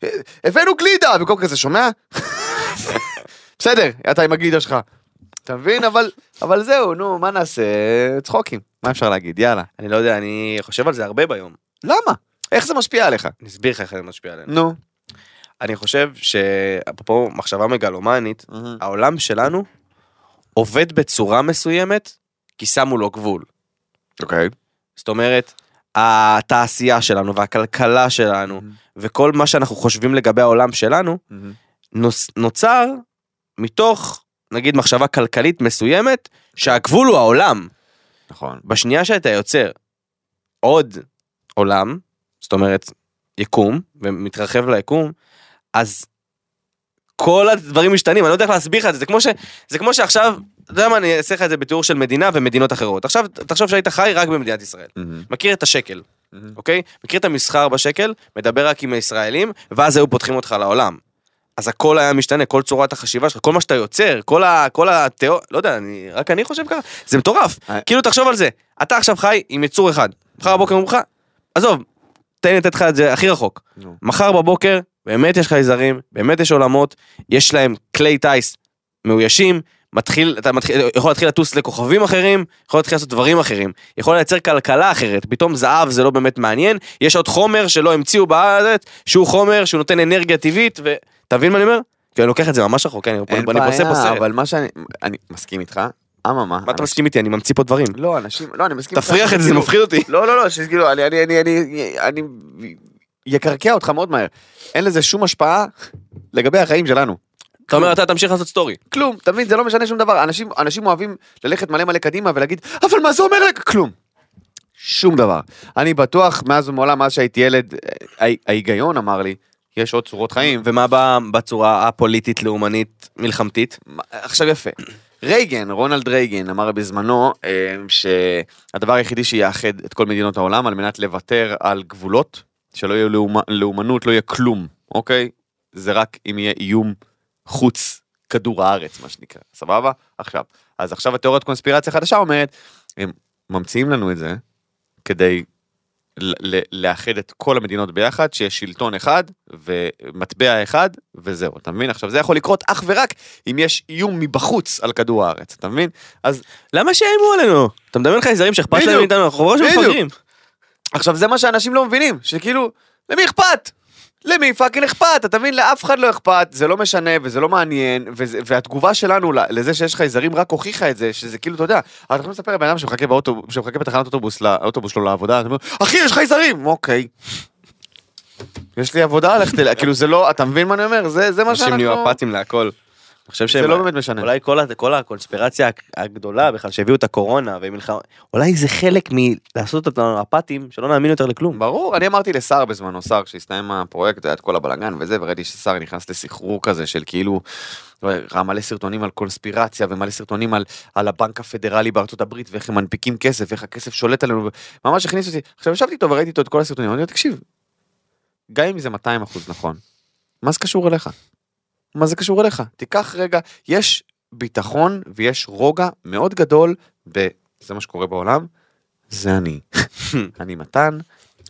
[SPEAKER 2] "אה, הבאנו גלידה! במקום כזה, שומע? בסדר, אתה עם הגלידה שלך. אתה מבין? אבל, אבל זהו, נו, מה נעשה? צחוקים. מה אפשר להגיד? יאללה.
[SPEAKER 3] אני לא יודע, אני חושב על זה הרבה ביום.
[SPEAKER 2] למה? איך זה משפיע עליך?
[SPEAKER 3] אני אסביר לך איך זה משפיע עלינו.
[SPEAKER 2] נו.
[SPEAKER 3] אני חושב שאפרופו מחשבה מגלומנית, העולם שלנו עובד בצורה מסוימת כי שמו לו גבול.
[SPEAKER 2] אוקיי.
[SPEAKER 3] זאת אומרת, התעשייה שלנו והכלכלה שלנו וכל מה שאנחנו חושבים לגבי העולם שלנו
[SPEAKER 2] Mm-hmm.
[SPEAKER 3] נוס- נוצר מתוך, נגיד, מחשבה כלכלית מסוימת שהגבול הוא העולם.
[SPEAKER 2] נכון.
[SPEAKER 3] בשנייה שאתה יוצר עוד עולם, זאת אומרת יקום, ומתרחב ליקום, אז כל הדברים משתנים, אני לא יודע איך להסביר לך את זה, זה כמו, ש, זה כמו שעכשיו, אתה יודע מה, אני אעשה לך את זה בתיאור של מדינה ומדינות אחרות. עכשיו, תחשוב שהיית חי רק במדינת ישראל.
[SPEAKER 2] Mm-hmm.
[SPEAKER 3] מכיר את השקל, אוקיי? מכיר את המסחר בשקל, מדבר רק עם הישראלים, ואז היו פותחים אותך לעולם. אז הכל היה משתנה, כל צורת החשיבה שלך, כל מה שאתה יוצר, כל, ה- כל התיאור, לא יודע, אני, רק אני חושב ככה, זה מטורף.
[SPEAKER 2] אה.
[SPEAKER 3] כאילו, תחשוב על זה, אתה עכשיו חי עם יצור אחד, מחר בבוקר אומרים לך, עזוב, תן לי לתת לך את זה הכי רחוק.
[SPEAKER 2] נו.
[SPEAKER 3] מחר בבוקר, באמת יש חייזרים, באמת יש עולמות, יש להם כלי טיס מאוישים, מתחיל, אתה מתחיל, יכול להתחיל לטוס לכוכבים אחרים, יכול להתחיל לעשות דברים אחרים, יכול לייצר כלכלה אחרת, פתאום זהב זה לא באמת מעניין, יש עוד חומר שלא המציאו בארץ, שהוא חומר שהוא נותן אנרגיה טבעית, ו... אתה מבין מה אני אומר? כי אני לוקח את זה ממש רחוק, אני אני
[SPEAKER 2] אין
[SPEAKER 3] עושה פה
[SPEAKER 2] בעיה,
[SPEAKER 3] סרט.
[SPEAKER 2] אבל מה שאני... אני מסכים איתך. אממה.
[SPEAKER 3] מה אתה מסכים איתי? אני ממציא פה דברים.
[SPEAKER 2] לא, אנשים... לא, אני מסכים איתך.
[SPEAKER 3] תפריח את זה, זה
[SPEAKER 2] כאילו-
[SPEAKER 3] מפחיד אותי.
[SPEAKER 2] לא, לא, לא, שכאילו, אני, אני, אני, אני, אני יקרקע אותך מאוד מהר. אין לזה שום השפעה לגבי החיים שלנו.
[SPEAKER 3] אתה אומר, אתה תמשיך לעשות סטורי.
[SPEAKER 2] כלום, אתה מבין? זה לא משנה שום דבר. אנשים, אנשים אוהבים ללכת מלא מלא קדימה ולהגיד, אבל מה זה אומר? לק-?" כלום. שום דבר. אני בטוח, מאז ומעולם, מאז שהייתי ילד, אה, ההי- ההיגיון אמר לי, יש עוד צורות חיים.
[SPEAKER 3] ומה בא בצורה הפוליטית, לאומנית, מלחמתית?
[SPEAKER 2] מה- עכשיו יפה. רייגן, רונלד רייגן, אמר בזמנו אה, שהדבר היחידי שיאחד את כל מדינות העולם על מנת לוותר על גבולות, שלא יהיה לאומ- לאומנות, לא יהיה כלום, אוקיי? זה רק אם יהיה איום חוץ כדור הארץ, מה שנקרא, סבבה? עכשיו. אז עכשיו התיאוריית קונספירציה חדשה אומרת, הם ממציאים לנו את זה כדי ל- ל- לאחד את כל המדינות ביחד, שיש שלטון אחד ומטבע אחד, וזהו, אתה מבין? עכשיו, זה יכול לקרות אך ורק אם יש איום מבחוץ על כדור הארץ, אתה מבין? אז
[SPEAKER 3] למה שיאיימו עלינו? אתה מדמיין חייזרים שאכפת להם
[SPEAKER 2] בדיוק.
[SPEAKER 3] מאיתנו, אנחנו ממש
[SPEAKER 2] בדיוק.
[SPEAKER 3] מפגרים.
[SPEAKER 2] עכשיו, זה מה שאנשים לא מבינים, שכאילו, למי אכפת? למי פאקינג אכפת? אתה מבין? לאף אחד לא אכפת, זה לא משנה וזה לא מעניין, וזה, והתגובה שלנו ל- לזה שיש חייזרים רק הוכיחה את זה, שזה כאילו, אתה יודע, אתה יכול לספר לבן אדם שמחכה באוטו- שמחכה בתחנת אוטובוס, לאוטובוס שלו לעבודה, אתה אומר, אחי, יש חייזרים! אוקיי. יש לי עבודה, לך תל... כאילו, זה לא, אתה מבין מה אני אומר? זה, זה מה
[SPEAKER 3] אנשים
[SPEAKER 2] שאנחנו...
[SPEAKER 3] נהיו אפאתיים להכל. אני חושב
[SPEAKER 2] זה
[SPEAKER 3] שהם...
[SPEAKER 2] לא באמת משנה.
[SPEAKER 3] אולי כל, ה- כל הקונספירציה הגדולה בכלל שהביאו את הקורונה ומלחמה, אולי זה חלק מלעשות אותנו אפאתיים שלא נאמין יותר לכלום.
[SPEAKER 2] ברור, אני אמרתי לסער בזמנו, סער, כשהסתיים הפרויקט, היה את כל הבלאגן וזה, וראיתי שסער נכנס לסחרור כזה של כאילו, ראה מלא סרטונים על קונספירציה ומלא סרטונים על, על הבנק הפדרלי בארצות הברית, ואיך הם מנפיקים כסף, ואיך הכסף שולט עלינו, ממש הכניס אותי. עכשיו ישבתי איתו וראיתי איתו את כל הסרטונים, אמרתי לו, תקשיב, גם אם זה 200 אחוז נכון, מה זה קשור אליך? מה זה קשור אליך? תיקח רגע, יש ביטחון ויש רוגע מאוד גדול, וזה מה שקורה בעולם, זה אני. אני מתן,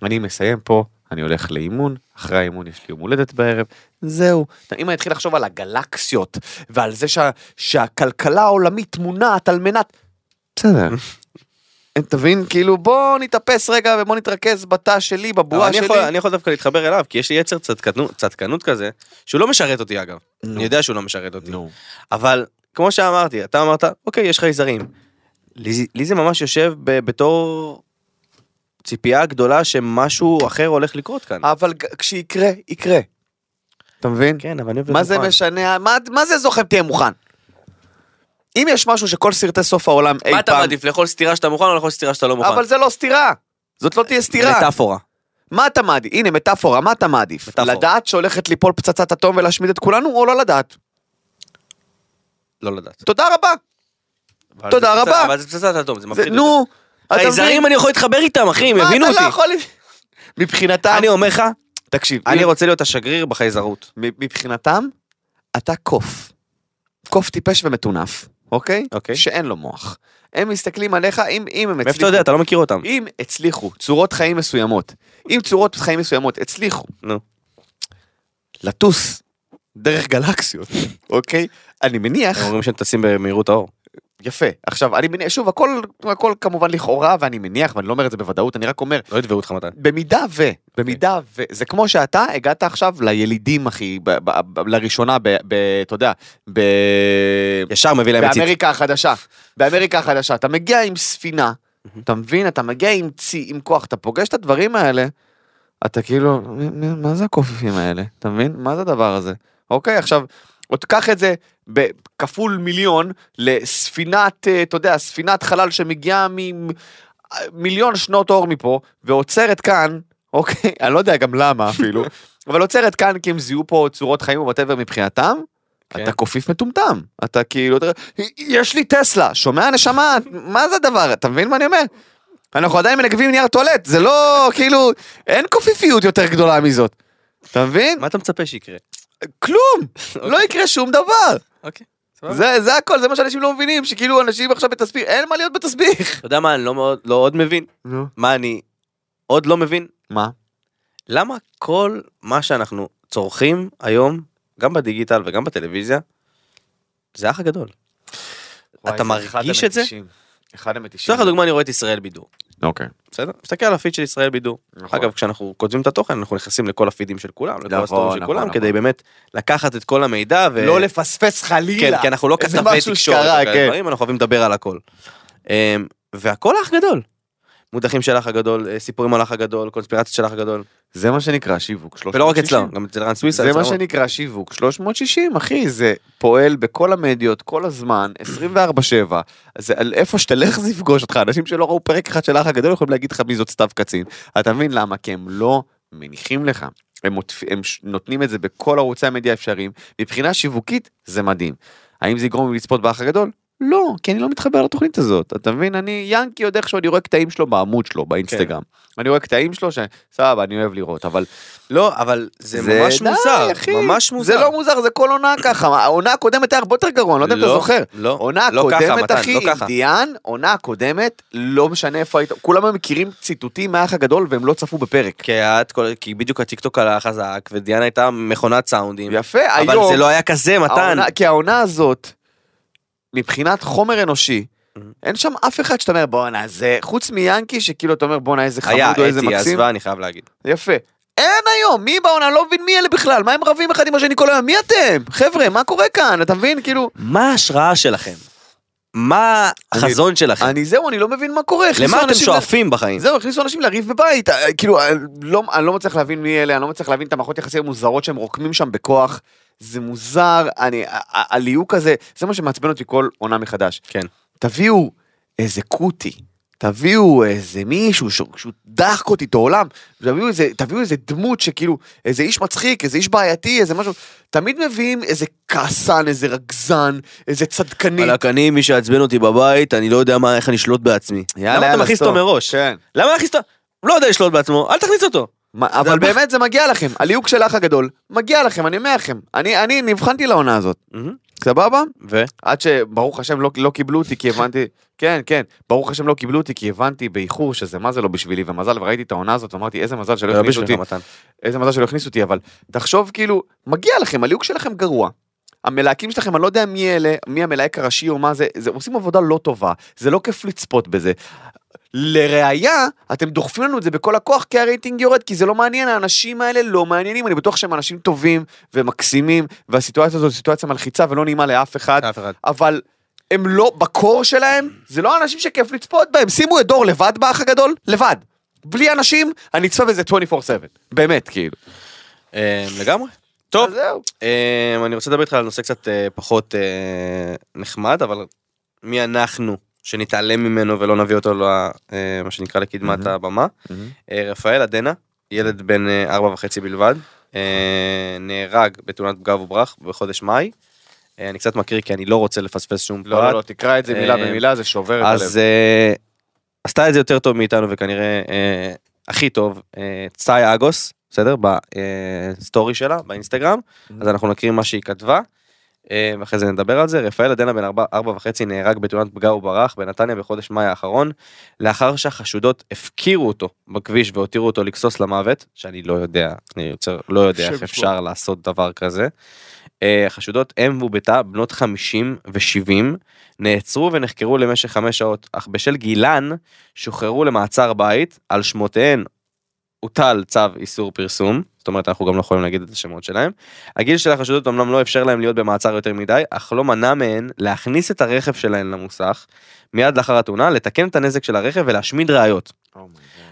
[SPEAKER 2] אני מסיים פה, אני הולך לאימון, אחרי האימון יש לי יום הולדת בערב, זהו. אם אני אתחיל לחשוב על הגלקסיות, ועל זה שה, שהכלכלה העולמית מונעת על מנת... בסדר. תבין, כאילו בוא נתאפס רגע ובוא נתרכז בתא שלי,
[SPEAKER 3] אבל
[SPEAKER 2] בבועה
[SPEAKER 3] אני
[SPEAKER 2] שלי.
[SPEAKER 3] יכול, אני יכול דווקא להתחבר אליו כי יש לי יצר צדקנות, צדקנות כזה שהוא לא משרת אותי אגב.
[SPEAKER 2] נו.
[SPEAKER 3] אני יודע שהוא לא משרת אותי.
[SPEAKER 2] נו.
[SPEAKER 3] אבל כמו שאמרתי אתה אמרת אוקיי יש חייזרים. לי, זה- לי זה ממש יושב ב, בתור ציפייה גדולה שמשהו אחר הולך לקרות כאן.
[SPEAKER 2] אבל ג- כשיקרה, יקרה. אתה מבין?
[SPEAKER 3] כן אבל אני אוהב
[SPEAKER 2] מה
[SPEAKER 3] את
[SPEAKER 2] זה
[SPEAKER 3] מוכן.
[SPEAKER 2] משנה, מה- מה זה זוכם תהיה מוכן? אם יש משהו שכל סרטי סוף העולם אי פעם...
[SPEAKER 3] מה אתה מעדיף לאכול סטירה שאתה מוכן או לאכול סטירה שאתה לא מוכן?
[SPEAKER 2] אבל זה לא סתירה. זאת לא תהיה סתירה.
[SPEAKER 3] מטאפורה.
[SPEAKER 2] מה אתה מעדיף? הנה, מטאפורה, מה אתה מעדיף?
[SPEAKER 3] מטאפורה.
[SPEAKER 2] לדעת שהולכת ליפול פצצת אטום ולהשמיד את כולנו, או לא לדעת?
[SPEAKER 3] לא לדעת.
[SPEAKER 2] תודה רבה.
[SPEAKER 3] אבל
[SPEAKER 2] תודה
[SPEAKER 3] זה פצצה-
[SPEAKER 2] רבה.
[SPEAKER 3] אבל זה פצצת אטום זה
[SPEAKER 2] זה-
[SPEAKER 3] מפחיד. אותי.
[SPEAKER 2] נו, אתה מבין?
[SPEAKER 3] חייזרים אני יכול להתחבר איתם אחי הם
[SPEAKER 2] מה,
[SPEAKER 3] הבינו
[SPEAKER 2] אתה לא
[SPEAKER 3] אותי.
[SPEAKER 2] יכול לב- מבחינתם,
[SPEAKER 3] אני אומר לך
[SPEAKER 2] תקשיב,
[SPEAKER 3] אני
[SPEAKER 2] אם-
[SPEAKER 3] רוצה להיות השגריר בחייזרות.
[SPEAKER 2] מ- מבחינתם, אתה קוף. קוף טיפש ומטונף, אוקיי?
[SPEAKER 3] אוקיי.
[SPEAKER 2] שאין לו מוח. הם מסתכלים עליך, אם אם הם
[SPEAKER 3] מאיפה אתה יודע אתה לא מכיר אותם.
[SPEAKER 2] אם הצליחו צורות חיים מסוימות, אם צורות חיים מסוימות הצליחו
[SPEAKER 3] נו.
[SPEAKER 2] לטוס דרך גלקסיות, אוקיי? אני מניח,
[SPEAKER 3] הם אומרים שהם טסים במהירות האור.
[SPEAKER 2] יפה. עכשיו, אני מניח, שוב, הכל, הכל כמובן לכאורה, ואני מניח, ואני לא אומר את זה בוודאות, אני רק אומר,
[SPEAKER 3] לא יתבעו אותך מתן.
[SPEAKER 2] במידה ו, במידה ו, זה כמו שאתה הגעת עכשיו לילידים, אחי, ב, ב, ב, לראשונה, ב- ב- אתה יודע, ב...
[SPEAKER 3] ישר מביא להם מצית.
[SPEAKER 2] באמריקה החדשה, באמריקה החדשה, אתה מגיע עם ספינה, אתה מבין, אתה מגיע עם צי, עם כוח, אתה פוגש את הדברים האלה, אתה כאילו, מ- מ- מה זה הקופפים האלה, אתה מבין? מה זה הדבר הזה? אוקיי, עכשיו, עוד קח את זה ב- כפול מיליון לספינת, אה, אתה יודע, ספינת חלל שמגיעה ממיליון שנות אור מפה, ועוצרת כאן, אוקיי, אני לא יודע גם למה אפילו, אבל עוצרת כאן כי הם זיהו פה צורות חיים וווטאבר מבחינתם,
[SPEAKER 3] כן.
[SPEAKER 2] אתה קופיף מטומטם, אתה כאילו, אתה- יש לי טסלה, שומע נשמה, מה זה הדבר, אתה מבין מה אני אומר? אנחנו עדיין מנגבים נייר טואלט, זה לא, כאילו, אין קופיפיות יותר גדולה מזאת. אתה מבין?
[SPEAKER 3] מה אתה מצפה שיקרה?
[SPEAKER 2] כלום, לא יקרה שום דבר.
[SPEAKER 3] אוקיי.
[SPEAKER 2] זה זה הכל, זה מה שאנשים לא מבינים, שכאילו אנשים עכשיו בתסביך, אין מה להיות בתסביך.
[SPEAKER 3] אתה יודע מה אני לא מאוד- לא עוד מבין?
[SPEAKER 2] נו.
[SPEAKER 3] מה אני עוד לא מבין?
[SPEAKER 2] מה?
[SPEAKER 3] למה כל מה שאנחנו צורכים היום, גם בדיגיטל וגם בטלוויזיה, זה האח הגדול. אתה מרגיש את זה?
[SPEAKER 2] אחד
[SPEAKER 3] אתן
[SPEAKER 2] המתישים.
[SPEAKER 3] לך דוגמה, אני רואה את ישראל בידור.
[SPEAKER 2] אוקיי.
[SPEAKER 3] בסדר? מסתכל על הפיד של ישראל בידור.
[SPEAKER 2] נכון.
[SPEAKER 3] אגב, כשאנחנו כותבים את התוכן, אנחנו נכנסים לכל הפידים של כולם, לכל
[SPEAKER 2] נכון,
[SPEAKER 3] הסטורים של
[SPEAKER 2] נכון,
[SPEAKER 3] כולם,
[SPEAKER 2] נכון.
[SPEAKER 3] כדי באמת לקחת את כל המידע. ו-
[SPEAKER 2] לא לפספס
[SPEAKER 3] כן,
[SPEAKER 2] חלילה.
[SPEAKER 3] כי אנחנו לא
[SPEAKER 2] איזה
[SPEAKER 3] כתבי
[SPEAKER 2] משהו
[SPEAKER 3] תקשורת,
[SPEAKER 2] שקרה,
[SPEAKER 3] או כאלה
[SPEAKER 2] כן.
[SPEAKER 3] דברים, אנחנו אוהבים לדבר על הכל. אמ, והכל אח גדול. מודחים של אח הגדול, אה, סיפורים על אח הגדול, קונספירציות של אח הגדול.
[SPEAKER 2] זה מה שנקרא שיווק.
[SPEAKER 3] ולא רק
[SPEAKER 2] 360.
[SPEAKER 3] אצלם, גם אצל רן סוויסה.
[SPEAKER 2] זה
[SPEAKER 3] אצל
[SPEAKER 2] מה
[SPEAKER 3] המון.
[SPEAKER 2] שנקרא שיווק 360 אחי זה פועל בכל המדיות כל הזמן 24/7 זה על איפה שתלך זה יפגוש אותך אנשים שלא ראו פרק אחד של האח הגדול יכולים להגיד לך מי זאת סתיו קצין אתה מבין למה כי הם לא מניחים לך. הם, עוטפ... הם ש- נותנים את זה בכל ערוצי המדיה האפשריים מבחינה שיווקית זה מדהים. האם זה יגרום לי לצפות באח הגדול? לא, כי אני לא מתחבר לתוכנית הזאת, אתה מבין? אני ינקי עוד איכשהו, אני רואה קטעים שלו בעמוד שלו, באינסטגרם. אני רואה קטעים שלו, שסבבה, אני אוהב לראות, אבל
[SPEAKER 3] לא, אבל זה
[SPEAKER 2] זה-
[SPEAKER 3] ממש
[SPEAKER 2] די,
[SPEAKER 3] מוזר,
[SPEAKER 2] אחי.
[SPEAKER 3] ממש מוזר.
[SPEAKER 2] זה לא מוזר, זה כל עונה ככה. העונה הקודמת היה הרבה יותר גרוע, אני לא יודע אם אתה זוכר.
[SPEAKER 3] לא,
[SPEAKER 2] עונה
[SPEAKER 3] לא ככה,
[SPEAKER 2] הקודמת,
[SPEAKER 3] מתן,
[SPEAKER 2] אחי,
[SPEAKER 3] לא ככה.
[SPEAKER 2] אינדיאן, עונה הקודמת, לא משנה איפה היית, כולם היו מכירים ציטוטים מהאח הגדול והם לא צפו בפרק.
[SPEAKER 3] כי היה את כל- כי בדיוק הטיקטוק עלה חזק, ודיאנה הייתה מכונת סאונדים.
[SPEAKER 2] יפה, היום...
[SPEAKER 3] אבל זה לא היה כזה, מתן.
[SPEAKER 2] העונה- כי העונה הזאת, מבחינת חומר אנושי,
[SPEAKER 3] Mhm.
[SPEAKER 2] אין שם אף אחד שאתה אומר בואנה זה, חוץ מיאנקי שכאילו אתה אומר בואנה איזה חמוד
[SPEAKER 3] היה,
[SPEAKER 2] או איזה
[SPEAKER 3] אתי
[SPEAKER 2] מקסים,
[SPEAKER 3] עזבה, אני חייב להגיד.
[SPEAKER 2] יפה. אין היום, מי בעונה, אני לא מבין מי אלה בכלל, מה הם רבים אחד עם השני כל היום, מי אתם? חבר'ה, מה קורה כאן? אתה מבין? כאילו...
[SPEAKER 3] מה ההשראה שלכם? מה החזון שלכם?
[SPEAKER 2] אני זהו, אני לא מבין מה קורה. הכניסו
[SPEAKER 3] למה אתם
[SPEAKER 2] אנשים
[SPEAKER 3] שואפים
[SPEAKER 2] ל-
[SPEAKER 3] בחיים?
[SPEAKER 2] זהו, הכניסו אנשים לריב בבית. אה, כאילו, אני לא- אני לא מצליח להבין מי אלה, אני לא מצליח להבין את המערכות יחסים המוזרות שהם רוקמים שם בכוח. זה מוזר, אני, ה- ה- הליהוק הזה, זה מה שמעצבן אותי כל עונה מחדש.
[SPEAKER 3] כן.
[SPEAKER 2] תביאו איזה קוטי, תביאו איזה מישהו ש- שהוא דחק אותי את העולם, תביאו איזה, תביאו איזה דמות שכאילו, איזה איש מצחיק, איזה איש בעייתי, איזה משהו, תמיד מביאים איזה כעסן, איזה רגזן, איזה צדקני.
[SPEAKER 3] וואלכ, אני, מי שעצבן אותי בבית, אני לא יודע מה, איך אני אשלוט בעצמי. למה אתה מכניס
[SPEAKER 2] סטופ.
[SPEAKER 3] אותו מראש?
[SPEAKER 2] כן.
[SPEAKER 3] למה להכניס אותו? לא יודע לשלוט בעצמו, אל תכניס אותו.
[SPEAKER 2] מה, אבל
[SPEAKER 3] הבח-
[SPEAKER 2] באמת זה מגיע לכם, הליהוק של האח הגדול, מגיע לכם, אני אומר לכם. אני, אני נבחנתי לעונה הזאת, סבבה?
[SPEAKER 3] ו?
[SPEAKER 2] עד שברוך השם לא, לא קיבלו אותי כי הבנתי, כן, כן, ברוך השם לא קיבלו אותי כי הבנתי באיחור שזה מה זה לא בשבילי, ומזל, וראיתי את העונה הזאת, ואמרתי איזה לא מזל שלא הכניסו אותי, איזה מזל שלא הכניסו אותי, אבל תחשוב כאילו, מגיע לכם, הליהוק שלכם גרוע. המלהקים שלכם, אני לא יודע מי אלה, מי המלהק הראשי או מה זה, זה, עושים עבודה לא טובה, זה לא כיף לצפות בזה. לראיה, אתם דוחפים לנו את זה בכל הכוח כי הרייטינג יורד, כי זה לא מעניין, האנשים האלה לא מעניינים, אני בטוח שהם אנשים טובים ומקסימים, והסיטואציה הזאת היא סיטואציה מלחיצה ולא נעימה לאף אחד, אבל הם לא, בקור שלהם, זה לא אנשים שכיף לצפות בהם. שימו את דור לבד באח הגדול, לבד. בלי אנשים, אני אצפה בזה 24/7. באמת, כאילו.
[SPEAKER 3] אה, לגמרי. טוב,
[SPEAKER 2] אז זהו.
[SPEAKER 3] אה, אני רוצה לדבר איתך על נושא קצת אה, פחות אה, נחמד, אבל מי אנחנו שנתעלם ממנו ולא נביא אותו, ל- אה, מה שנקרא, לקדמת
[SPEAKER 2] Mhm.
[SPEAKER 3] הבמה? אה, רפאל עדנה, ילד בן אה, ארבע וחצי בלבד, אה, נהרג בתאונת פגע וברח בחודש מאי. אה, אני קצת מקריא כי אני לא רוצה לפספס שום
[SPEAKER 2] לא, לא, לא, תקרא את זה מילה
[SPEAKER 3] אה,
[SPEAKER 2] במילה, זה שובר את הלב.
[SPEAKER 3] אז אה, עשתה את זה יותר טוב מאיתנו וכנראה אה, הכי טוב, אה, צאי אגוס, בסדר? בסטורי שלה, באינסטגרם, אז אנחנו נקריא מה שהיא כתבה. אה, ואחרי זה נדבר על זה. רפאל עדנה בן ארבע ארבע וחצי נהרג בתאונת פגע וברח בנתניה בחודש מאי האחרון, לאחר שהחשודות הפקירו אותו בכביש והותירו אותו לגסוס למוות, שאני לא יודע, אני יוצר, לא יודע
[SPEAKER 2] שם
[SPEAKER 3] איך
[SPEAKER 2] ישמור.
[SPEAKER 3] אפשר לעשות דבר כזה. אה, החשודות אם ובתה בנות 50 ו-70 נעצרו ונחקרו למשך חמש שעות, אך בשל גילן שוחררו למעצר בית, על שמותיהן הוטל צו איסור פרסום, זאת אומרת אנחנו גם לא יכולים להגיד את השמות שלהם. הגיל של החשודות אמנם לא אפשר להם להיות במעצר יותר מדי, אך לא מנע מהן להכניס את הרכב שלהן למוסך, מיד לאחר התאונה, לתקן את הנזק של הרכב ולהשמיד ראיות.
[SPEAKER 2] Oh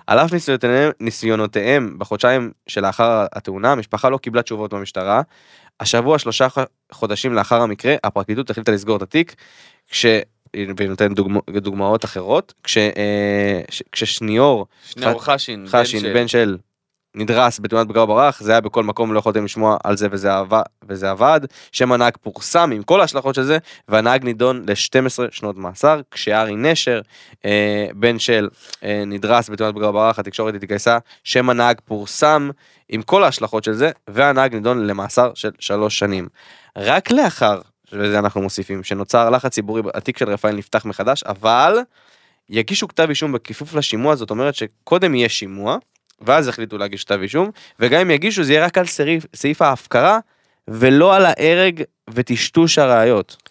[SPEAKER 3] על אף ניסיונותיהם, ניסיונותיהם בחודשיים שלאחר התאונה, המשפחה לא קיבלה תשובות מהמשטרה. השבוע, שלושה ח- חודשים לאחר המקרה, הפרקליטות החליטה לסגור את התיק, כש... והיא נותנת דוגמא, דוגמאות אחרות, כש, אה, ש, כששניאור
[SPEAKER 2] שניאור חשין. בן של-
[SPEAKER 3] חשין, בן של, נדרס בתאונת פגע וברח, זה היה בכל מקום, לא יכולתם לשמוע על זה וזה, עבד, וזה עבד. שם הנהג פורסם עם כל ההשלכות של זה, והנהג נידון ל-12 שנות מאסר, כשארי נשר, אה, בן של, אה, נדרס בתאונת פגע וברח, התקשורת התגייסה, שם הנהג פורסם עם כל ההשלכות של זה, והנהג נידון למאסר של שלוש שנים. רק לאחר, וזה אנחנו מוסיפים, שנוצר לחץ ציבורי, התיק של רפאל נפתח מחדש, אבל יגישו כתב אישום בכיפוף לשימוע, זאת אומרת שקודם יהיה שימוע, ואז יחליטו להגיש כתב אישום, וגם אם יגישו זה יהיה רק על סעיף, סעיף ההפקרה, ולא על ההרג וטשטוש הראיות.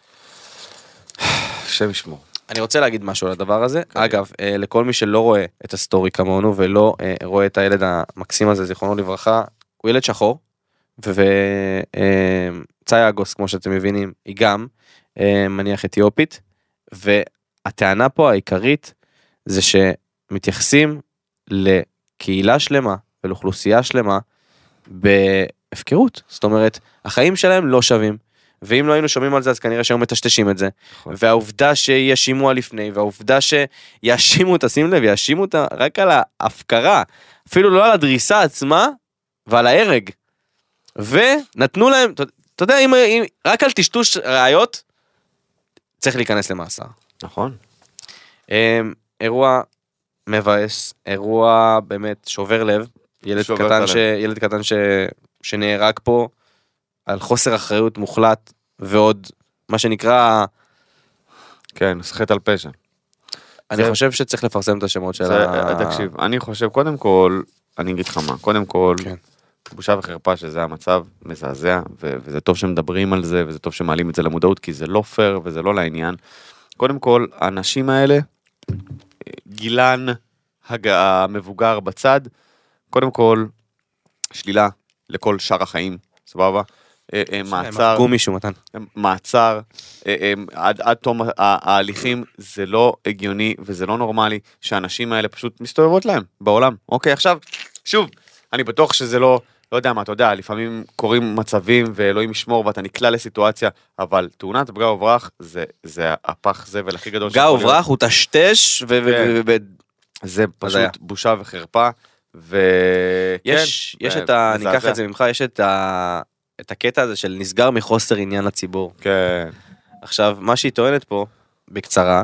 [SPEAKER 2] השם ישמור.
[SPEAKER 3] אני רוצה להגיד משהו על הדבר הזה. אגב, אה, לכל מי שלא רואה את הסטורי כמונו ולא אה, רואה את הילד המקסים הזה, זיכרונו לברכה, הוא ילד שחור, וצאי אגוס, כמו שאתם מבינים, היא גם אה, מניח אתיופית, והטענה פה העיקרית זה שמתייחסים לקהילה שלמה ולאוכלוסייה שלמה בהפקרות. זאת אומרת, החיים שלהם לא שווים. ואם לא היינו שומעים על זה אז כנראה שהיו מטשטשים את זה.
[SPEAKER 2] נכון.
[SPEAKER 3] והעובדה שיהיה שימוע לפני, והעובדה שיאשימו אותה, שים לב, יאשימו אותה רק על ההפקרה, אפילו לא על הדריסה עצמה ועל ההרג. ונתנו להם, אתה- אתה יודע, אם, אם רק על טשטוש ראיות, צריך להיכנס למאסר.
[SPEAKER 2] נכון.
[SPEAKER 3] אמ, אירוע מבאס, אירוע באמת שובר לב. ילד
[SPEAKER 2] שובר את
[SPEAKER 3] קטן,
[SPEAKER 2] הלב.
[SPEAKER 3] ש... ילד קטן ש... שנהרג פה על חוסר אחריות מוחלט ועוד מה שנקרא,
[SPEAKER 2] כן, סחט על פשע.
[SPEAKER 3] אני
[SPEAKER 2] זה-
[SPEAKER 3] חושב שצריך לפרסם את השמות של
[SPEAKER 2] זה- אה,
[SPEAKER 3] ה...
[SPEAKER 2] תקשיב, אני חושב, קודם כל, אני אגיד לך מה, קודם כל,
[SPEAKER 3] כן.
[SPEAKER 2] בושה וחרפה שזה המצב, מזעזע, ו- וזה טוב שמדברים על זה, וזה טוב שמעלים את זה למודעות, כי זה לא פייר וזה לא לעניין. קודם כל, האנשים האלה, גילן הג- המבוגר בצד, קודם כל, שלילה לכל שאר החיים, סבבה? אה, אה,
[SPEAKER 3] הם
[SPEAKER 2] מעצר,
[SPEAKER 3] הרגו מישהו מתן.
[SPEAKER 2] מעצר אה, אה, עד, עד תום ה- ההליכים, זה לא הגיוני וזה לא נורמלי שהנשים האלה פשוט מסתובבות להם בעולם. אוקיי, עכשיו, שוב, אני בטוח שזה לא לא יודע מה, אתה יודע, לפעמים קורים מצבים ואלוהים ישמור ואתה נקלע לסיטואציה, אבל תאונת פגע וברח זה, זה הפח זבל הכי גדול
[SPEAKER 3] גיא
[SPEAKER 2] שיכול להיות.
[SPEAKER 3] וברח הוא טשטש ו... ו-
[SPEAKER 2] לא כן.
[SPEAKER 3] ו- ו-
[SPEAKER 2] זה
[SPEAKER 3] הזיה.
[SPEAKER 2] פשוט בושה וחרפה. כן, וכן,
[SPEAKER 3] יש, יש את ה... ניקח את זה ממך, יש את ה... את הקטע הזה של נסגר מחוסר עניין לציבור.
[SPEAKER 2] כן,
[SPEAKER 3] עכשיו, מה שהיא טוענת פה, בקצרה,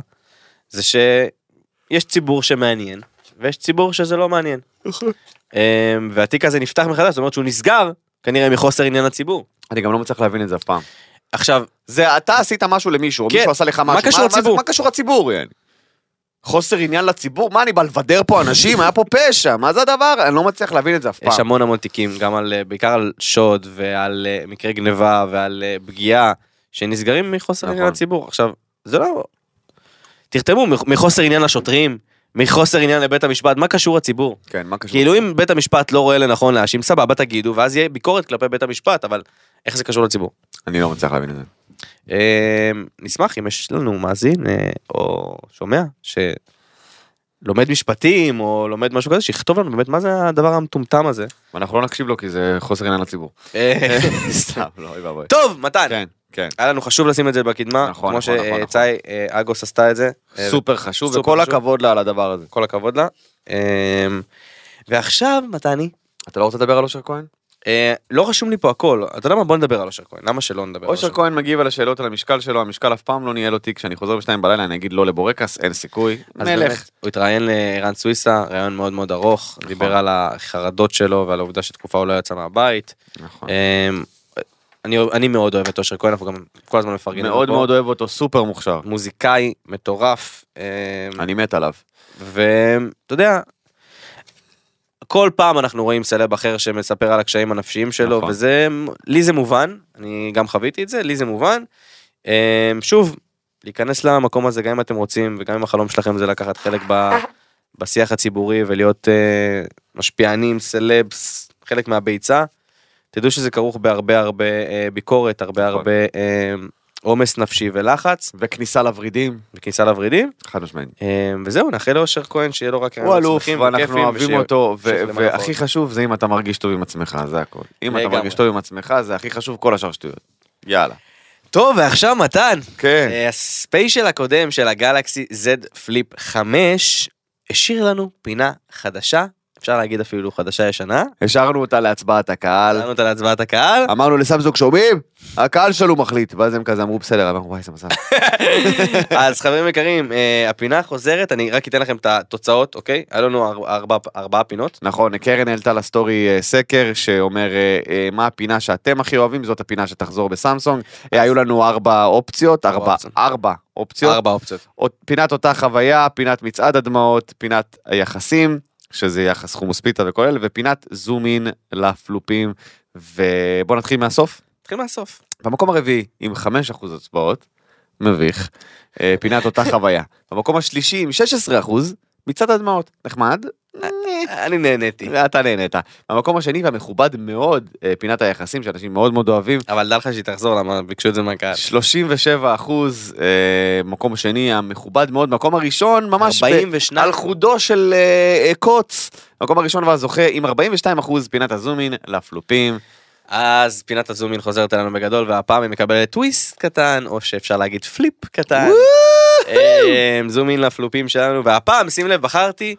[SPEAKER 3] זה שיש ציבור שמעניין, ויש ציבור שזה לא מעניין.
[SPEAKER 2] נכון.
[SPEAKER 3] אמ, והתיק הזה נפתח מחדש, זאת אומרת שהוא נסגר, כנראה מחוסר עניין לציבור.
[SPEAKER 2] אני גם לא מצליח להבין את זה אף פעם.
[SPEAKER 3] עכשיו,
[SPEAKER 2] זה אתה עשית משהו למישהו, או
[SPEAKER 3] כן.
[SPEAKER 2] מישהו עשה לך משהו.
[SPEAKER 3] קשור
[SPEAKER 2] זה-
[SPEAKER 3] הציבור?
[SPEAKER 2] מה קשור הציבור? יעני? חוסר עניין לציבור? מה, אני בא לבדר פה אנשים? היה פה פשע, מה זה הדבר? אני לא מצליח להבין את זה אף פעם.
[SPEAKER 3] יש המון המון תיקים, גם על, אה, בעיקר על שוד ועל אה, מקרי גניבה ועל אה, פגיעה, שנסגרים מחוסר
[SPEAKER 2] נכון.
[SPEAKER 3] עניין לציבור. עכשיו, זה לא... תכתבו, מח- מחוסר עניין לשוטרים, מחוסר עניין לבית המשפט, מה קשור הציבור?
[SPEAKER 2] כן, מה קשור?
[SPEAKER 3] כאילו אם בית המשפט לא רואה לנכון להאשים, סבבה, תגידו, ואז יהיה ביקורת כלפי בית המשפט, אבל איך זה קשור לציבור?
[SPEAKER 2] אני לא מצליח להבין את זה.
[SPEAKER 3] אה, נשמח אם יש לנו מאזין אה, או שומע שלומד משפטים או לומד משהו כזה, שיכתוב לנו באמת מה זה הדבר המטומטם הזה.
[SPEAKER 2] ואנחנו לא נקשיב לו כי זה חוסר עניין לציבור.
[SPEAKER 3] אה,
[SPEAKER 2] סתם, לא, אוי ואבוי.
[SPEAKER 3] טוב, מתן,
[SPEAKER 2] כן, כן.
[SPEAKER 3] היה לנו חשוב לשים את זה בקדמה,
[SPEAKER 2] נכון,
[SPEAKER 3] כמו
[SPEAKER 2] נכון, נכון,
[SPEAKER 3] שצאי אה, אגוס עשתה את זה. אה,
[SPEAKER 2] סופר חשוב,
[SPEAKER 3] סופר
[SPEAKER 2] וכל
[SPEAKER 3] חשוב.
[SPEAKER 2] הכבוד לה על הדבר הזה.
[SPEAKER 3] כל הכבוד לה. אה, ועכשיו, מתני,
[SPEAKER 2] אתה לא רוצה לדבר על אושר כהן?
[SPEAKER 3] אה, לא רשום לי פה הכל, אתה יודע מה? בוא נדבר על אושר כהן, למה שלא נדבר על
[SPEAKER 2] אושר כהן מגיב על השאלות על המשקל שלו, המשקל אף פעם לא נהיה לו תיק, כשאני חוזר בשתיים בלילה אני אגיד לא לבורקס, אין סיכוי.
[SPEAKER 3] אז
[SPEAKER 2] מלך. נכון.
[SPEAKER 3] באמת, הוא התראיין לערן סוויסה, ראיון מאוד מאוד ארוך, דיבר על החרדות שלו ועל העובדה שתקופה הוא לא יצא מהבית.
[SPEAKER 2] נכון.
[SPEAKER 3] אמ, אני אני מאוד אוהב את אושר כהן, אנחנו גם כל הזמן מפרגנים. לו
[SPEAKER 2] מאוד
[SPEAKER 3] פה.
[SPEAKER 2] מאוד אוהב אותו, סופר מוכשר.
[SPEAKER 3] מוזיקאי מטורף, אמ,
[SPEAKER 2] אני מת עליו.
[SPEAKER 3] ואתה יודע, כל פעם אנחנו רואים סלב אחר שמספר על הקשיים הנפשיים שלו,
[SPEAKER 2] נכון.
[SPEAKER 3] וזה, לי זה מובן, אני גם חוויתי את זה, לי זה מובן. אמ, שוב, להיכנס למקום הזה גם אם אתם רוצים, וגם אם החלום שלכם זה לקחת חלק ב, בשיח הציבורי ולהיות אה, משפיענים, סלבס, חלק מהביצה, תדעו שזה כרוך בהרבה הרבה אה, ביקורת, הרבה
[SPEAKER 2] נכון.
[SPEAKER 3] הרבה אה, עומס נפשי ולחץ,
[SPEAKER 2] וכניסה לוורידים.
[SPEAKER 3] וכניסה לוורידים.
[SPEAKER 2] חד משמעית.
[SPEAKER 3] אמ, וזהו, נאחל לאושר כהן שיהיה לו רק
[SPEAKER 2] הוא
[SPEAKER 3] רעיונות
[SPEAKER 2] אלוף,
[SPEAKER 3] כן, שמחים
[SPEAKER 2] ואנחנו
[SPEAKER 3] וכיפים,
[SPEAKER 2] אוהבים
[SPEAKER 3] ושיהיה-
[SPEAKER 2] אותו, ו-
[SPEAKER 3] שיהיה למעלה
[SPEAKER 2] והכי חשוב זה אם אתה מרגיש טוב עם עצמך, זה הכל. אם אתה
[SPEAKER 3] לגמרי.
[SPEAKER 2] מרגיש טוב עם עצמך, זה הכי חשוב, כל השאר שטויות. יאללה.
[SPEAKER 3] טוב, ועכשיו מתן.
[SPEAKER 2] כן.
[SPEAKER 3] אה, הספיישל הקודם של הגלקסי Z פליפ 5 השאיר לנו פינה חדשה, אפשר להגיד אפילו חדשה ישנה.
[SPEAKER 2] השארנו אותה להצבעת הקהל.
[SPEAKER 3] עלינו אותה להצבעת הקהל.
[SPEAKER 2] אמרנו לסמסונג שומעים? הקהל שלו מחליט. ואז הם כזה אמרו בסדר, אמרנו וואי זה מזל.
[SPEAKER 3] אז חברים יקרים, אה, הפינה חוזרת, אני רק אתן לכם את התוצאות, אוקיי? היה לנו ארבע- ארבע- ארבעה פינות.
[SPEAKER 2] נכון, קרן העלתה לסטורי אה, סקר שאומר אה, אה, מה הפינה שאתם הכי אוהבים, זאת הפינה שתחזור בסמסונג. אה, היו לנו ארבע אופציות, ארבע,
[SPEAKER 3] אופציות.
[SPEAKER 2] ארבע אופציות.
[SPEAKER 3] ארבע אופציות.
[SPEAKER 2] עוד- פינת אותה חוויה, פינת מצעד הדמעות, פינת היחסים, שזה יחס חומוס פיתה וכל אלה, ופינת זום אין לפלופים. ובואו נתחיל מהסוף.
[SPEAKER 3] נתחיל מהסוף.
[SPEAKER 2] במקום הרביעי, עם 5% הצבעות, מביך, אה, פינת אותה חוויה. במקום השלישי, עם 16%, מצעד הדמעות, נחמד.
[SPEAKER 3] אה, אני נהניתי.
[SPEAKER 2] אתה נהנית. במקום השני והמכובד מאוד, אה, פינת היחסים שאנשים מאוד מאוד אוהבים,
[SPEAKER 3] אבל דע לך שהיא תחזור, למה ביקשו את זה מהקהל.
[SPEAKER 2] 37 אחוז, אה, מקום שני המכובד מאוד, מקום הראשון ממש ב-
[SPEAKER 3] 42.
[SPEAKER 2] על חודו של אה, אה, קוץ, מקום הראשון והזוכה עם 42 אחוז פינת הזומין לפלופים.
[SPEAKER 3] אז פינת הזומין חוזרת אלינו בגדול והפעם היא מקבלת טוויסט קטן או שאפשר להגיד פליפ קטן. אה, זומין לפלופים שלנו והפעם שים לב בחרתי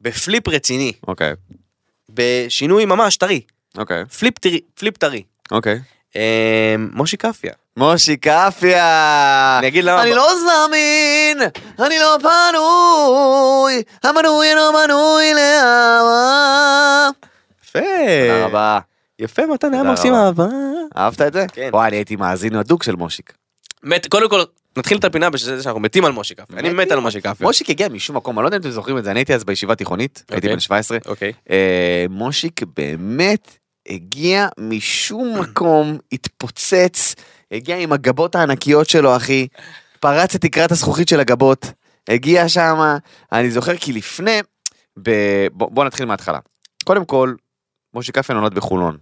[SPEAKER 3] בפליפ רציני
[SPEAKER 2] אוקיי,
[SPEAKER 3] בשינוי ממש טרי
[SPEAKER 2] אוקיי,
[SPEAKER 3] פליפ טרי פליפ טרי.
[SPEAKER 2] אוקיי.
[SPEAKER 3] אה, מושי כפיה.
[SPEAKER 2] מושי כפיה!
[SPEAKER 3] אני אגיד למה.
[SPEAKER 2] אני לא זמין, אני לא פנוי, המנוי אינו מנוי לאהבה.
[SPEAKER 3] יפה.
[SPEAKER 2] תודה רבה.
[SPEAKER 3] יפה מתן היה
[SPEAKER 2] תודה
[SPEAKER 3] מקסים
[SPEAKER 2] רבה.
[SPEAKER 3] אהבה.
[SPEAKER 2] אה, אהבת את זה?
[SPEAKER 3] כן.
[SPEAKER 2] וואי, אני הייתי מאזין הדוק של מושיק.
[SPEAKER 3] מת קודם כל נתחיל את הפינה בזה שאנחנו מתים על מושי כפיה. אני מת על מושי כפיה.
[SPEAKER 2] מושיק הגיע משום מקום, אני לא יודע אם אתם זוכרים את זה, אני הייתי אז בישיבה תיכונית, הייתי
[SPEAKER 3] אוקיי.
[SPEAKER 2] בן 17.
[SPEAKER 3] אוקיי.
[SPEAKER 2] אה, מושיק באמת הגיע משום מקום, התפוצץ, הגיע עם הגבות הענקיות שלו, אחי, פרץ את תקרת הזכוכית של הגבות, הגיע שמה, אני זוכר כי לפני, ב... בוא, בוא נתחיל מההתחלה. קודם כל, מושיק קפיה נולד בחולון,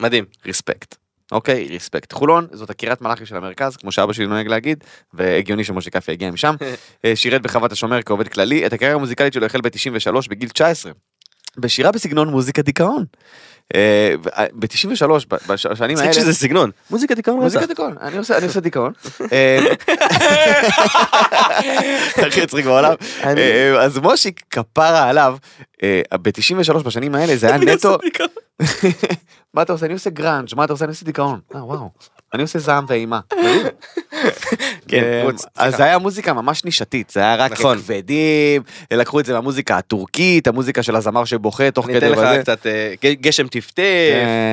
[SPEAKER 3] מדהים.
[SPEAKER 2] ריספקט. אוקיי, ריספקט. חולון זאת הקריית מלאכי של המרכז, כמו שאבא שלי נוהג להגיד, והגיוני שמשה קפיה הגיע משם. אה, שירת בחוות השומר כעובד כללי, את הקריירה המוזיקלית שלו החל ב-93 בגיל 19. בשירה בסגנון מוזיקה דיכאון. אה, ב-93, בשנים
[SPEAKER 3] מצחיק
[SPEAKER 2] האלה...
[SPEAKER 3] שזה סגנון. מוזיקה דיכאון רצח.
[SPEAKER 2] מוזיקת דיכאון, אני עושה אני עושה דיכאון. אה, הכי מצחיק בעולם.
[SPEAKER 3] אני-
[SPEAKER 2] אה, אז מושיק, כפרה עליו, ב-93 בשנים האלה זה היה
[SPEAKER 3] אני עושה
[SPEAKER 2] נטו,
[SPEAKER 3] דיכאון.
[SPEAKER 2] מה אתה עושה? אני עושה גראנג', מה אתה עושה? אני עושה דיכאון. אה, וואו. אני עושה זעם ואימה.
[SPEAKER 3] כן,
[SPEAKER 2] אה,
[SPEAKER 3] רוץ,
[SPEAKER 2] אז
[SPEAKER 3] סליחה.
[SPEAKER 2] זה היה מוזיקה ממש נישתית, זה היה רק
[SPEAKER 3] נכון.
[SPEAKER 2] כבדים, לקחו את זה מהמוזיקה הטורקית, המוזיקה של הזמר שבוכה תוך
[SPEAKER 3] אני
[SPEAKER 2] כדי...
[SPEAKER 3] אתן
[SPEAKER 2] וזה.
[SPEAKER 3] לך קצת אה, ג- גשם טפטף,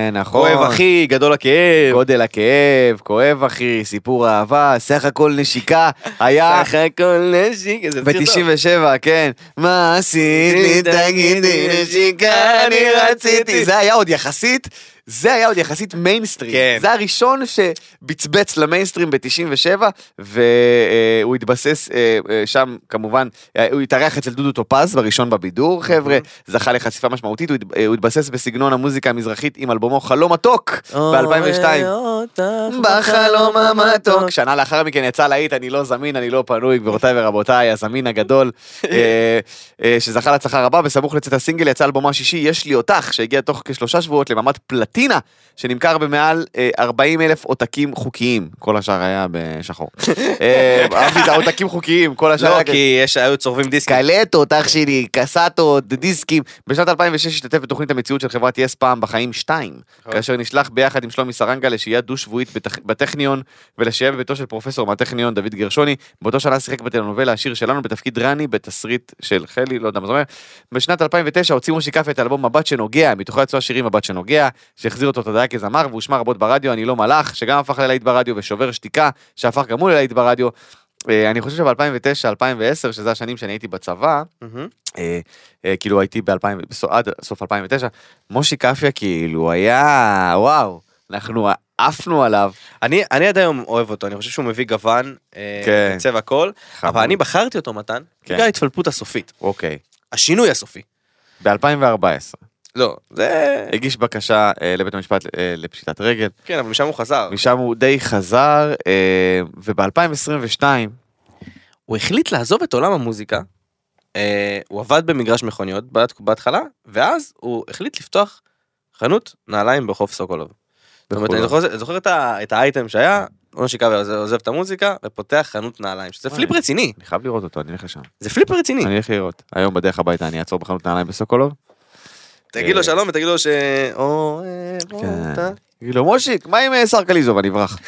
[SPEAKER 2] כן, נכון.
[SPEAKER 3] אוהב אחי, גדול הכאב.
[SPEAKER 2] גודל הכאב, כואב אחי, סיפור אהבה, סך הכל נשיקה, היה
[SPEAKER 3] סך הכל נשיק, איזה שיר טוב.
[SPEAKER 2] ב-97, כן. מה עשית לי, תגידי נשיקה, אני רציתי. זה היה עוד יחסית, זה היה עוד יחסית מיינסטרים.
[SPEAKER 3] כן.
[SPEAKER 2] זה הראשון שבצבץ למיינסטרים ב-97, והוא התבסס אה, אה, שם, כמובן, אה, הוא התארח אצל דודו טופז בראשון בבידור, חבר'ה, זכה לחשיפה משמעותית, הוא התב- אה, הוא התבסס בסגנון המוזיקה המזרחית עם אלבומו חלום מתוק ב-2002. בחלום
[SPEAKER 3] לא,
[SPEAKER 2] המתוק. שנה לאחר מכן יצא להיט, אני לא זמין, אני לא פנוי, גבירותיי ורבותיי, הזמין הגדול, אה, אה, שזכה להצלחה רבה, בסמוך לצאת הסינגל יצא אלבומו השישי, יש לי אותך, שהגיע תוך כשלושה שבועות למעמד פלטינה, שנמכר במעל 40 אלף עותקים חוקיים. כל השאר היה בשחור. אה, אהבתי את העותקים חוקיים, כל השאר
[SPEAKER 3] לא,
[SPEAKER 2] היה...
[SPEAKER 3] כי יש- היו צורבים דיסקים.
[SPEAKER 2] קלטות, אח שלי, קסטות, דיסקים. בשנת 2006 השתתף בתוכנית המציאות של חברת יס פעם בחיים 2,
[SPEAKER 3] נכון.
[SPEAKER 2] כאשר נשלח ביחד עם שלומי סרנגה לשהייה דו-שבועית בטכ- בטכניון ולשהייה בביתו של פרופסור מהטכניון דוד גרשוני. באותו שנה שיחק בטלנובלה השיר שלנו בתפקיד רני בתסריט של חלי, לא יודע מה זה אומר. בשנת 2009 הוציא מושיק קפא את האלבום מבט שנוגע, מתוכו יצאו השירים מבט שנוגע, שהחזיר אותו תודעה כזמר והושמע רבות ברדיו, אני לא מלאך, שגם הפך ללהיט ברדיו, ושובר שתיקה, שהפך גם הוא ללהיט ברדיו. אה, אני חושב שב-2009, 2010, שזה השנים שאני הייתי בצבא,
[SPEAKER 3] מהמם.
[SPEAKER 2] אה, אה, כאילו הייתי ב-2000, עד סוף 2009, מושי קפיה כאילו היה, וואו, אנחנו עפנו עליו.
[SPEAKER 3] אני אני עד היום אוהב אותו, אני חושב שהוא מביא גוון, אה,
[SPEAKER 2] כן.
[SPEAKER 3] צבע קול,
[SPEAKER 2] חמוד.
[SPEAKER 3] אבל אני בחרתי אותו מתן,
[SPEAKER 2] כן.
[SPEAKER 3] בגלל ההתפלפות הסופית,
[SPEAKER 2] אוקיי,
[SPEAKER 3] השינוי הסופי.
[SPEAKER 2] ב-2014,
[SPEAKER 3] לא, זה...
[SPEAKER 2] הגיש בקשה אה, לבית המשפט אה, לפשיטת רגל,
[SPEAKER 3] כן, אבל משם הוא חזר.
[SPEAKER 2] משם הוא די חזר, אה, וב-2022,
[SPEAKER 3] הוא החליט לעזוב את עולם המוזיקה. אה, הוא עבד במגרש מכוניות בת- בהתחלה, ואז הוא החליט לפתוח חנות נעליים בחוף סוקולוב. זאת אומרת, אני זוכר, זוכר את, ה, את האייטם שהיה, מושיקה עוזב, עוזב את המוזיקה ופותח חנות נעליים, שזה
[SPEAKER 2] וואי.
[SPEAKER 3] פליפ רציני,
[SPEAKER 2] אני חייב לראות אותו, אני אלך לשם.
[SPEAKER 3] זה פליפ רציני.
[SPEAKER 2] אני אלך לראות. היום בדרך הביתה אני אעצור בחנות נעליים בסוקולוב.
[SPEAKER 3] תגיד
[SPEAKER 2] אה,
[SPEAKER 3] לו שלום ותגיד לו ש... אוהב אותה.
[SPEAKER 2] כן. תגיד לו, מושיק, מה עם אה, שר קליזוב? אני אברח.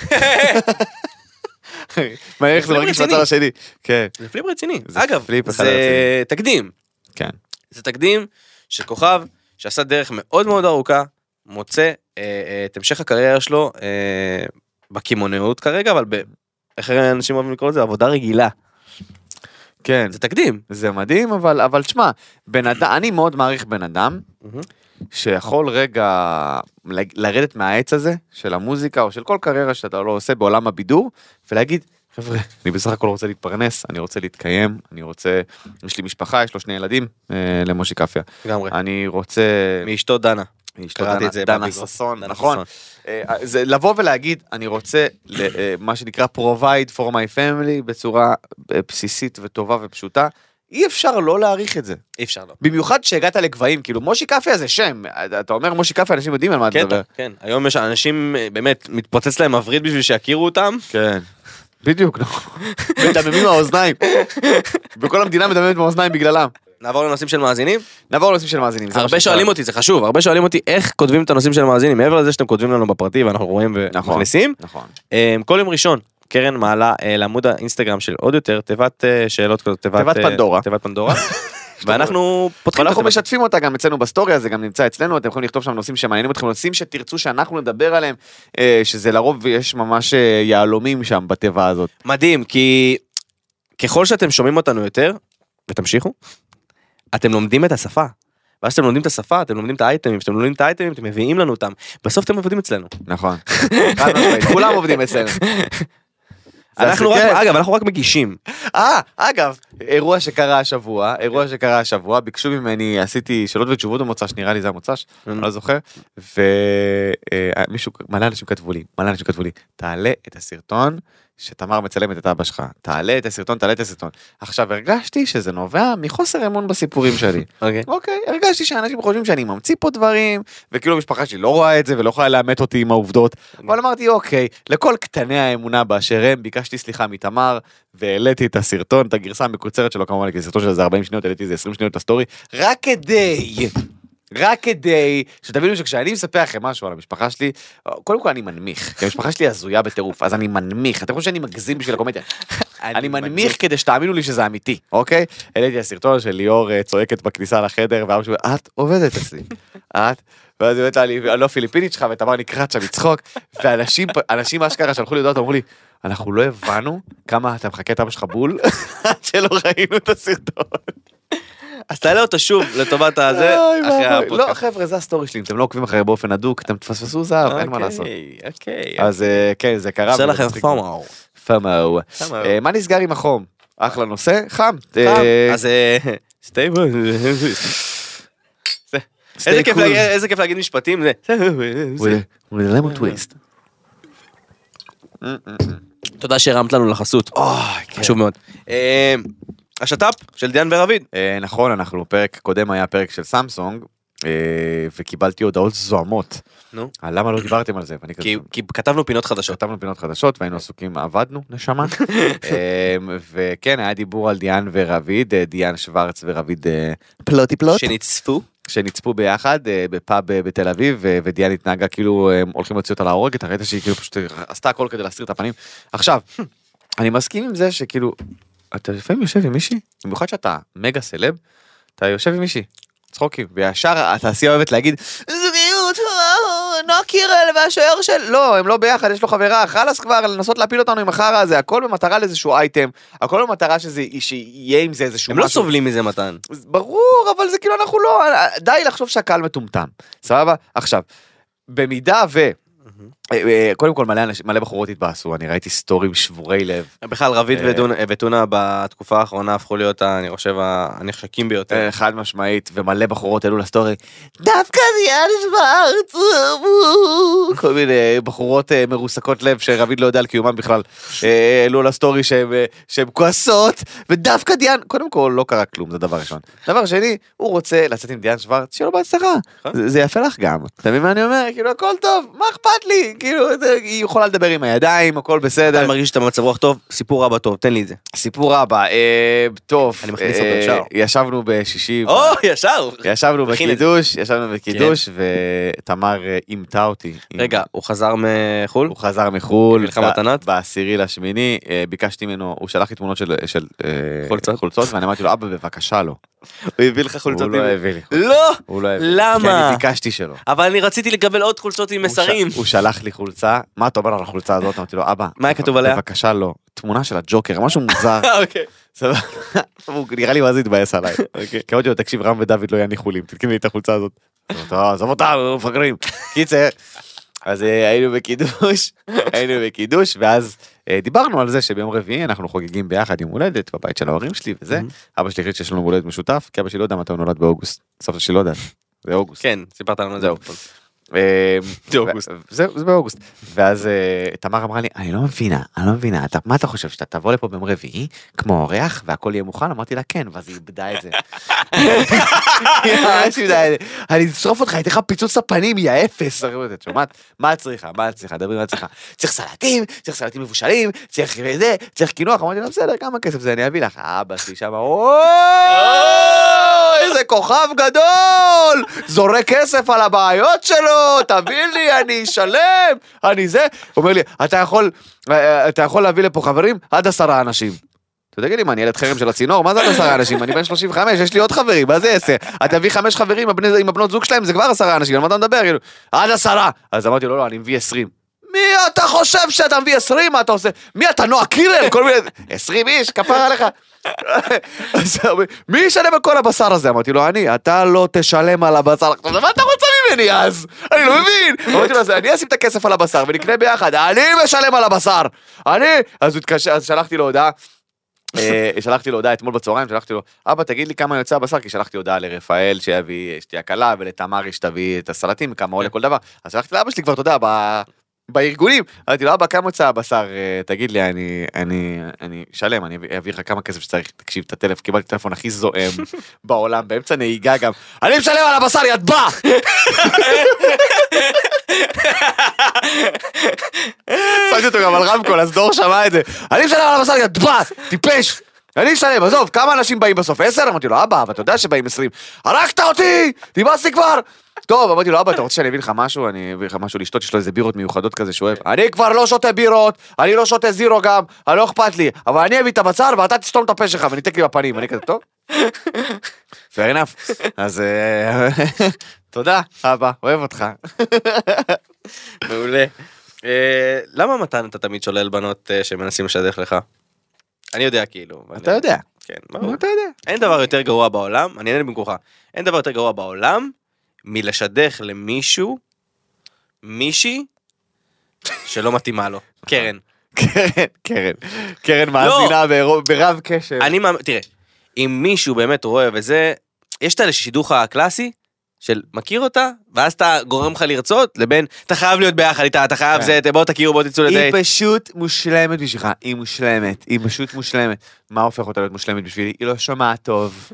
[SPEAKER 2] מעניין איך זה
[SPEAKER 3] זה
[SPEAKER 2] מרגיש
[SPEAKER 3] רציני.
[SPEAKER 2] בצד השני. כן.
[SPEAKER 3] זה פליפ רציני.
[SPEAKER 2] זה
[SPEAKER 3] אגב,
[SPEAKER 2] פליפ אחד
[SPEAKER 3] זה
[SPEAKER 2] הרציני.
[SPEAKER 3] תקדים.
[SPEAKER 2] כן.
[SPEAKER 3] זה תקדים שכוכב שעשה דרך מאוד מאוד ארוכה, מוצא אה, אה, את המשך הקריירה שלו אה, בקמעונאות כרגע, אבל ב... איך אנשים אוהבים לקרוא לזה? עבודה רגילה.
[SPEAKER 2] כן.
[SPEAKER 3] זה תקדים.
[SPEAKER 2] זה מדהים, אבל, אבל תשמע, בן אדם, אני מאוד מעריך בן אדם שיכול רגע ל- לרדת מהעץ הזה של המוזיקה או של כל קריירה שאתה לא עושה בעולם הבידור, ולהגיד, חבר'ה, אני בסך הכל רוצה להתפרנס, אני רוצה להתקיים, אני רוצה, יש לי משפחה, יש לו שני ילדים, אה, למושיק אפיה.
[SPEAKER 3] לגמרי.
[SPEAKER 2] אני רוצה...
[SPEAKER 3] מאשתו דנה.
[SPEAKER 2] אשתו
[SPEAKER 3] קראתי
[SPEAKER 2] דנה-
[SPEAKER 3] את זה.
[SPEAKER 2] דנה
[SPEAKER 3] בביגוד.
[SPEAKER 2] ששון,
[SPEAKER 3] דנה
[SPEAKER 2] נכון.
[SPEAKER 3] ששון.
[SPEAKER 2] אה, זה לבוא ולהגיד, אני רוצה, ל- אה, מה שנקרא provide for my family בצורה אה, בסיסית וטובה ופשוטה, אי אפשר לא להעריך את זה.
[SPEAKER 3] אי אפשר לא.
[SPEAKER 2] במיוחד שהגעת לגבהים, כאילו מושי קאפיה זה שם, אה, אתה אומר מושי קאפיה, אנשים יודעים על מה אתה
[SPEAKER 3] כן,
[SPEAKER 2] מדבר.
[SPEAKER 3] כן. היום יש אנשים, אה, באמת, מתפוצץ להם הווריד בשביל שיכירו אותם.
[SPEAKER 2] כן. בדיוק, נכון. מדממים האוזניים. וכל המדינה מדממת באוזניים בגללם.
[SPEAKER 3] נעבור לנושאים של מאזינים.
[SPEAKER 2] נעבור לנושאים של מאזינים. זה מה
[SPEAKER 3] הרבה
[SPEAKER 2] שנקרא.
[SPEAKER 3] שואלים אותי, זה חשוב, הרבה שואלים אותי איך כותבים את הנושאים של מאזינים, מעבר לזה שאתם כותבים לנו בפרטי ואנחנו רואים
[SPEAKER 2] נכון.
[SPEAKER 3] ומכניסים.
[SPEAKER 2] נכון.
[SPEAKER 3] אה, כל יום ראשון, קרן מעלה אה, לעמוד האינסטגרם של עוד יותר, תיבת אה, שאלות כזאת,
[SPEAKER 2] תיבת
[SPEAKER 3] אה,
[SPEAKER 2] פנדורה.
[SPEAKER 3] תיבת פנדורה. ואנחנו פותחים
[SPEAKER 2] אבל
[SPEAKER 3] את
[SPEAKER 2] אנחנו
[SPEAKER 3] התיבת.
[SPEAKER 2] משתפים אותה גם אצלנו בסטורי, אז זה גם נמצא אצלנו, אתם יכולים לכתוב שם נושאים שמעניינים אתכם, נושאים שתרצו שאנחנו נדבר עליהם, אה, שזה לרוב יש ממש אה, יהלומים שם בתיבה הזאת.
[SPEAKER 3] מדהים, כי ככל שאתם שומעים אותנו יותר, ותמשיכו, אתם לומדים את השפה. ואז שאתם לומדים את השפה, אתם לומדים את האייטמים, כשאתם לומדים את האייטמים, אתם מביאים לנו אותם. בסוף אתם עובדים אצלנו.
[SPEAKER 2] נכון. חד משמעית, כולם עובדים אצלנו. זה
[SPEAKER 3] אנחנו רק,
[SPEAKER 2] הסוכרת.
[SPEAKER 3] אגב, אנחנו רק מגישים.
[SPEAKER 2] אה, אגב, אירוע שקרה השבוע, אירוע שקרה השבוע, ביקשו ממני, עשיתי שאלות ותשובות במוצ"ש, נראה לי זה המוצ"ש, אני לא זוכר, ו... אה, מישהו, מלא אנשים כתבו לי, מלא אנשים כתבו לי, תעלה את הסרטון שתמר מצלמת את אבא שלך, תעלה את הסרטון, תעלה את הסרטון. עכשיו הרגשתי שזה נובע מחוסר אמון בסיפורים שלי.
[SPEAKER 3] אוקיי.
[SPEAKER 2] אוקיי, הרגשתי שאנשים חושבים שאני ממציא פה דברים, וכאילו המשפחה שלי לא רואה את זה ולא יכולה לאמת אותי עם העובדות. אבל אמרתי, אוקיי, לכל קטני האמונה באשר הם, ביקשתי סליחה מתמר, והעליתי את הסרטון, את הגרסה המקוצרת שלו, כמובן, כי זה סרטון של איזה 40 שניות, העליתי איזה 20 שניות את הסטורי, רק כדי, רק כדי, שתבינו שכשאני מספר לכם משהו על המשפחה שלי, קודם כל אני מנמיך, כי המשפחה שלי הזויה בטירוף, אז אני מנמיך, אתם חושבים שאני מגזים בשביל הקומדיה, אני מנמיך כדי שתאמינו לי שזה אמיתי, אוקיי? העליתי הסרטון של ליאור אה, צועקת בכניסה לחדר, ואבא שלי, את עובדת אצלי, את. ואז היא אומרת לה, "אני- אני לא פיליפינית שלך, ותמר נקרעת שם מצחוק, ואנשים פ- אנשים אשכרה שלחו לי הודעות, אמרו לי, אנחנו לא הבנו כמה אתה מחכה את אבא שלך בול, עד שלא ראינו את הסרטון.
[SPEAKER 3] אז תעלה אותו שוב לטובת הזה,
[SPEAKER 2] אוי
[SPEAKER 3] אחרי
[SPEAKER 2] ואבוי. לא,
[SPEAKER 3] הפודקאסט.
[SPEAKER 2] חבר'ה, זה הסטורי שלי, אם אתם לא עוקבים אחרי באופן הדוק, אתם תפספסו זהב, לא, אין מה
[SPEAKER 3] אוקיי,
[SPEAKER 2] לעשות.
[SPEAKER 3] אוקיי.
[SPEAKER 2] אז אה, כן, זה קרה.
[SPEAKER 3] עושה
[SPEAKER 2] וזה
[SPEAKER 3] לכם
[SPEAKER 2] מצחיק.
[SPEAKER 3] פומו.
[SPEAKER 2] פאמו.
[SPEAKER 3] פאמו.
[SPEAKER 2] אה, מה נסגר עם החום? אחלה נושא, חם. אה,
[SPEAKER 3] אז אה, stay cool. איזה כיף
[SPEAKER 2] cool.
[SPEAKER 3] להגיד- איזה כיף להגיד משפטים זה.
[SPEAKER 2] with a- with a lemon twist. אה,
[SPEAKER 3] תודה שהרמת לנו לחסות.
[SPEAKER 2] כן.
[SPEAKER 3] חשוב מאוד. כן. אה, השת"פ של דיאן ורביד.
[SPEAKER 2] אה, נכון, אנחנו, פרק קודם היה פרק של סמסונג, אה, וקיבלתי הודעות זוהמות.
[SPEAKER 3] נו.
[SPEAKER 2] על למה לא דיברתם על זה? ואני כזה...
[SPEAKER 3] כי כי כתבנו פינות חדשות.
[SPEAKER 2] כתבנו פינות חדשות והיינו עסוקים, עבדנו, נשמה. אה, וכן, היה דיבור על דיאן ורביד, אה, דיאן שוורץ ורביד אה, פלוטי
[SPEAKER 3] לא
[SPEAKER 2] פלוט.
[SPEAKER 3] שנצפו.
[SPEAKER 2] שנצפו ביחד אה, בפאב אה, בתל אביב ו- ודיאן התנהגה כאילו אה, הולכים להוציא אותה להורג אתה ראית שהיא כאילו פשוט עשתה הכל כדי להסתיר את הפנים. עכשיו אני מסכים עם זה שכאילו אתה לפעמים יושב עם מישהי במיוחד שאתה מגה סלב אתה יושב עם מישהי צחוקים וישר התעשייה אוהבת להגיד זוגיות וואו, נועה קירל והשוער של לא הם לא ביחד יש לו חברה חלאס כבר לנסות להפיל אותנו עם החרא הזה הכל במטרה לאיזשהו אייטם הכל במטרה שזה שיהיה עם זה איזשהו
[SPEAKER 3] הם לא
[SPEAKER 2] משהו.
[SPEAKER 3] סובלים מזה מתן.
[SPEAKER 2] אז ברור, אבל זה כאילו אנחנו לא, די לחשוב שהקהל מטומטם, סבבה? עכשיו, במידה ו... אה, אה, קודם כל מלא, אנשים, מלא בחורות התבאסו, אני ראיתי סטורים שבורי לב.
[SPEAKER 3] בכלל רביד
[SPEAKER 2] אה,
[SPEAKER 3] ודונה- וטונה בתקופה האחרונה הפכו להיות ה- אני חושב ה- הנחשקים ביותר.
[SPEAKER 2] אה, חד משמעית, ומלא בחורות העלו לסטורי, דווקא דיאן שוורץ, כל מיני בחורות אה, מרוסקות לב שרביד לא יודע על קיומם בכלל, אה, העלו לסטורי שהן אה, שהן כועסות, ודווקא דיאן, קודם כל לא קרה כלום, זה דבר ראשון. דבר שני, הוא רוצה לצאת עם דיאן שוורץ, שיהיה לו בהצלחה.
[SPEAKER 3] נכון.
[SPEAKER 2] זה זה יפה לך גם, אתה מבין מה אני אומר? כאילו הכל טוב, מה אכפת לי? כאילו, זה- היא יכולה לדבר עם הידיים, הכל
[SPEAKER 3] אתה
[SPEAKER 2] בסדר.
[SPEAKER 3] מרגיש שאתה במצב רוח טוב, סיפור רבה טוב, תן לי את זה.
[SPEAKER 2] סיפור הבא, אה, טוב,
[SPEAKER 3] אני מכניס אותו
[SPEAKER 2] אה,
[SPEAKER 3] ישר.
[SPEAKER 2] ישבנו בשישי.
[SPEAKER 3] או, ישר.
[SPEAKER 2] ישבנו
[SPEAKER 3] תכין את כן.
[SPEAKER 2] בקידוש, ישבנו בקידוש, ותמר אה, אימתה אותי.
[SPEAKER 3] רגע, הוא חזר מחו"ל?
[SPEAKER 2] הוא חזר מחו"ל,
[SPEAKER 3] הביא לך
[SPEAKER 2] ב-
[SPEAKER 3] מתנות?
[SPEAKER 2] בעשירי לשמיני, אה, ביקשתי ממנו, הוא שלח לי תמונות של- של אה,
[SPEAKER 3] חולצות?
[SPEAKER 2] חולצות, ואני אמרתי לו, אבא בבקשה לא.
[SPEAKER 3] הוא הביא לך
[SPEAKER 2] הוא לא הביא לי.
[SPEAKER 3] לא!
[SPEAKER 2] הוא לא הביא לי. כי
[SPEAKER 3] למה?
[SPEAKER 2] אני ביקשתי שלא.
[SPEAKER 3] אבל אני רציתי לקבל עוד חולצות עם
[SPEAKER 2] הוא ש-
[SPEAKER 3] מסרים.
[SPEAKER 2] הוא שלח לי חולצה, מה אתה אומר על החולצה הזאת? אמרתי לו, אבא,
[SPEAKER 3] מה היה כתוב עליה?"
[SPEAKER 2] בבקשה לא. תמונה של הג'וקר, משהו מוזר.
[SPEAKER 3] אוקיי.
[SPEAKER 2] סבבה? הוא נראה לי מה זה התבאס עליי. כי אמרתי לו, תקשיב, רם ודוד לא יניחו לי, אם תתקין לי את החולצה הזאת. אז הוא אמר, "אה, עזוב אותם, הם מפגרים. קיצר, אז אה, היינו בקידוש, היינו בקידוש, ואז אה, דיברנו על זה שביום רביעי אנחנו חוגגים ביחד יום הולדת בבית של ההורים שלי וזה. אבא שלי החליט שיש לנו יום הולדת משותף, כי אבא שלי לא יודע מתי הוא נולד באוגוסט. סבתא שלי לא יודעת, זה אוגוסט.
[SPEAKER 3] כן, סיפרת לנו את זה.
[SPEAKER 2] זהו. אה,
[SPEAKER 3] זה אוגוסט.
[SPEAKER 2] ו- זהו, זה באוגוסט. ואז אה, תמר אמרה לי, אני לא מבינה, אני לא מבינה, אתה- מה אתה חושב, שאתה תבוא לפה ביום רביעי, כמו אורח, והכל יהיה מוכן? אמרתי לה, כן, ואז היא איבדה את זה. היא ממש איבדה את זה. אני אשרוף אותך, אני אתן לך פיצוץ לפנים, יא אפס. אני אומרת, "שומעת? מה את צריכה? מה את צריכה? דברי מה את צריכה. צריך סלטים, צריך סלטים מבושלים, צריך זה, צריך קינוח. אמרתי לה, בסדר, כמה כסף זה, אני אביא לך. אבא שלי שם, אוי, איזה כוכב גדול! זורק כסף על הבעיות שלו, תביא לי, אני אשלם, אני זה. הוא אומר לי, אתה יכול, אה, אתה יכול להביא לפה חברים עד עשרה אנשים. אתה תגיד לי, מה, אני ילד חרם של הצינור? מה זה עד עשרה אנשים? אני בן 35, יש לי עוד חברים, מה זה עשר? אתה מביא חמש חברים עם הבני- עם הבנות זוג שלהם, זה כבר עשרה אנשים, על מה אתה מדבר? כאילו, עד עשרה. אז אמרתי לו, לא, אני מביא עשרים. מי אתה חושב שאתה מביא עשרים? מה אתה עושה? מי אתה, נועה קירל? כל מיני... עשרים איש, כפר עליך. אז הוא אומר, מי ישלם על כל הבשר הזה? אמרתי לו, אני, אתה לא תשלם על הבשר. עכשיו, מה אתה רוצה ממני אז? אני לא מבין. אמרתי לו, אז אני אשים את הכסף על הבשר ונקנה ביחד. אני משלם על הבשר. אני... אז הוא התקשר, אז שלחתי לו הודעה. אה, שלחתי לו הודעה אתמול בצהריים, שלחתי לו, אבא תגיד לי כמה יוצא הבשר, כי שלחתי הודעה לרפאל שיביא שתייה קלה ולתמרי שתביא את הסלטים, כמה עולה כל דבר. אז שלחתי לאבא שלי כבר, אתה יודע, ב- בארגונים, אמרתי לו, אבא כמה יוצא הבשר, אה, תגיד לי, אני, אני, אני שלם, אני אביא- אביא לך כמה כסף שצריך, תקשיב את הטלפון, קיבלתי טלפון הכי זועם בעולם, באמצע נהיגה גם, אני משלם על הבשר, יד באח! שמתי אותו גם על רמקול, אז דור שמע את זה. אני משלם על הבשר, יא דבאס, טיפש. אני משלם, עזוב, כמה אנשים באים בסוף? עשר? אמרתי לו, אבא, אבל אתה יודע שבאים עשרים. הרגת אותי! נמאס לי כבר! טוב, אמרתי לו, אבא, אתה רוצה שאני אביא לך משהו? אני אביא לך משהו לשתות, יש לו איזה בירות מיוחדות כזה שהוא אוהב. אני כבר לא שותה בירות, אני לא שותה זירו גם, אני לא אכפת לי, אבל אני אביא את הבשר ואתה תסתום את הפה שלך וניתק לי בפנים. אני כזה, טוב? fair enough. אז אה, תודה, אבא, אוהב אותך.
[SPEAKER 3] מעולה. אה, למה מתן אתה תמיד שולל בנות אה, שמנסים לשדך לך? אני יודע כאילו.
[SPEAKER 2] אתה
[SPEAKER 3] אני-
[SPEAKER 2] יודע,
[SPEAKER 3] כן, ברור.
[SPEAKER 2] אתה יודע.
[SPEAKER 3] אין דבר יותר גרוע בעולם, אני אענה במקומך, אין דבר יותר גרוע בעולם מלשדך למישהו, מישהי, שלא מתאימה לו. קרן.
[SPEAKER 2] כן. קרן, קרן, קרן מאזינה ברוב- ברב קשב.
[SPEAKER 3] לא. אני מאמין, תראה, אם מישהו באמת רואה וזה, יש את האלה ששידוך הקלאסי, של מכיר אותה, ואז אתה גורם לך לרצות, לבין אתה חייב להיות ביחד איתה, אתה חייב
[SPEAKER 2] כן.
[SPEAKER 3] זה, בואו תכירו, בואו תצאו
[SPEAKER 2] היא
[SPEAKER 3] לדייט.
[SPEAKER 2] פשוט מושלמת בשבילך, היא מושלמת, היא פשוט מושלמת. מה הופך אותה להיות מושלמת בשבילי? היא לא שומעת טוב,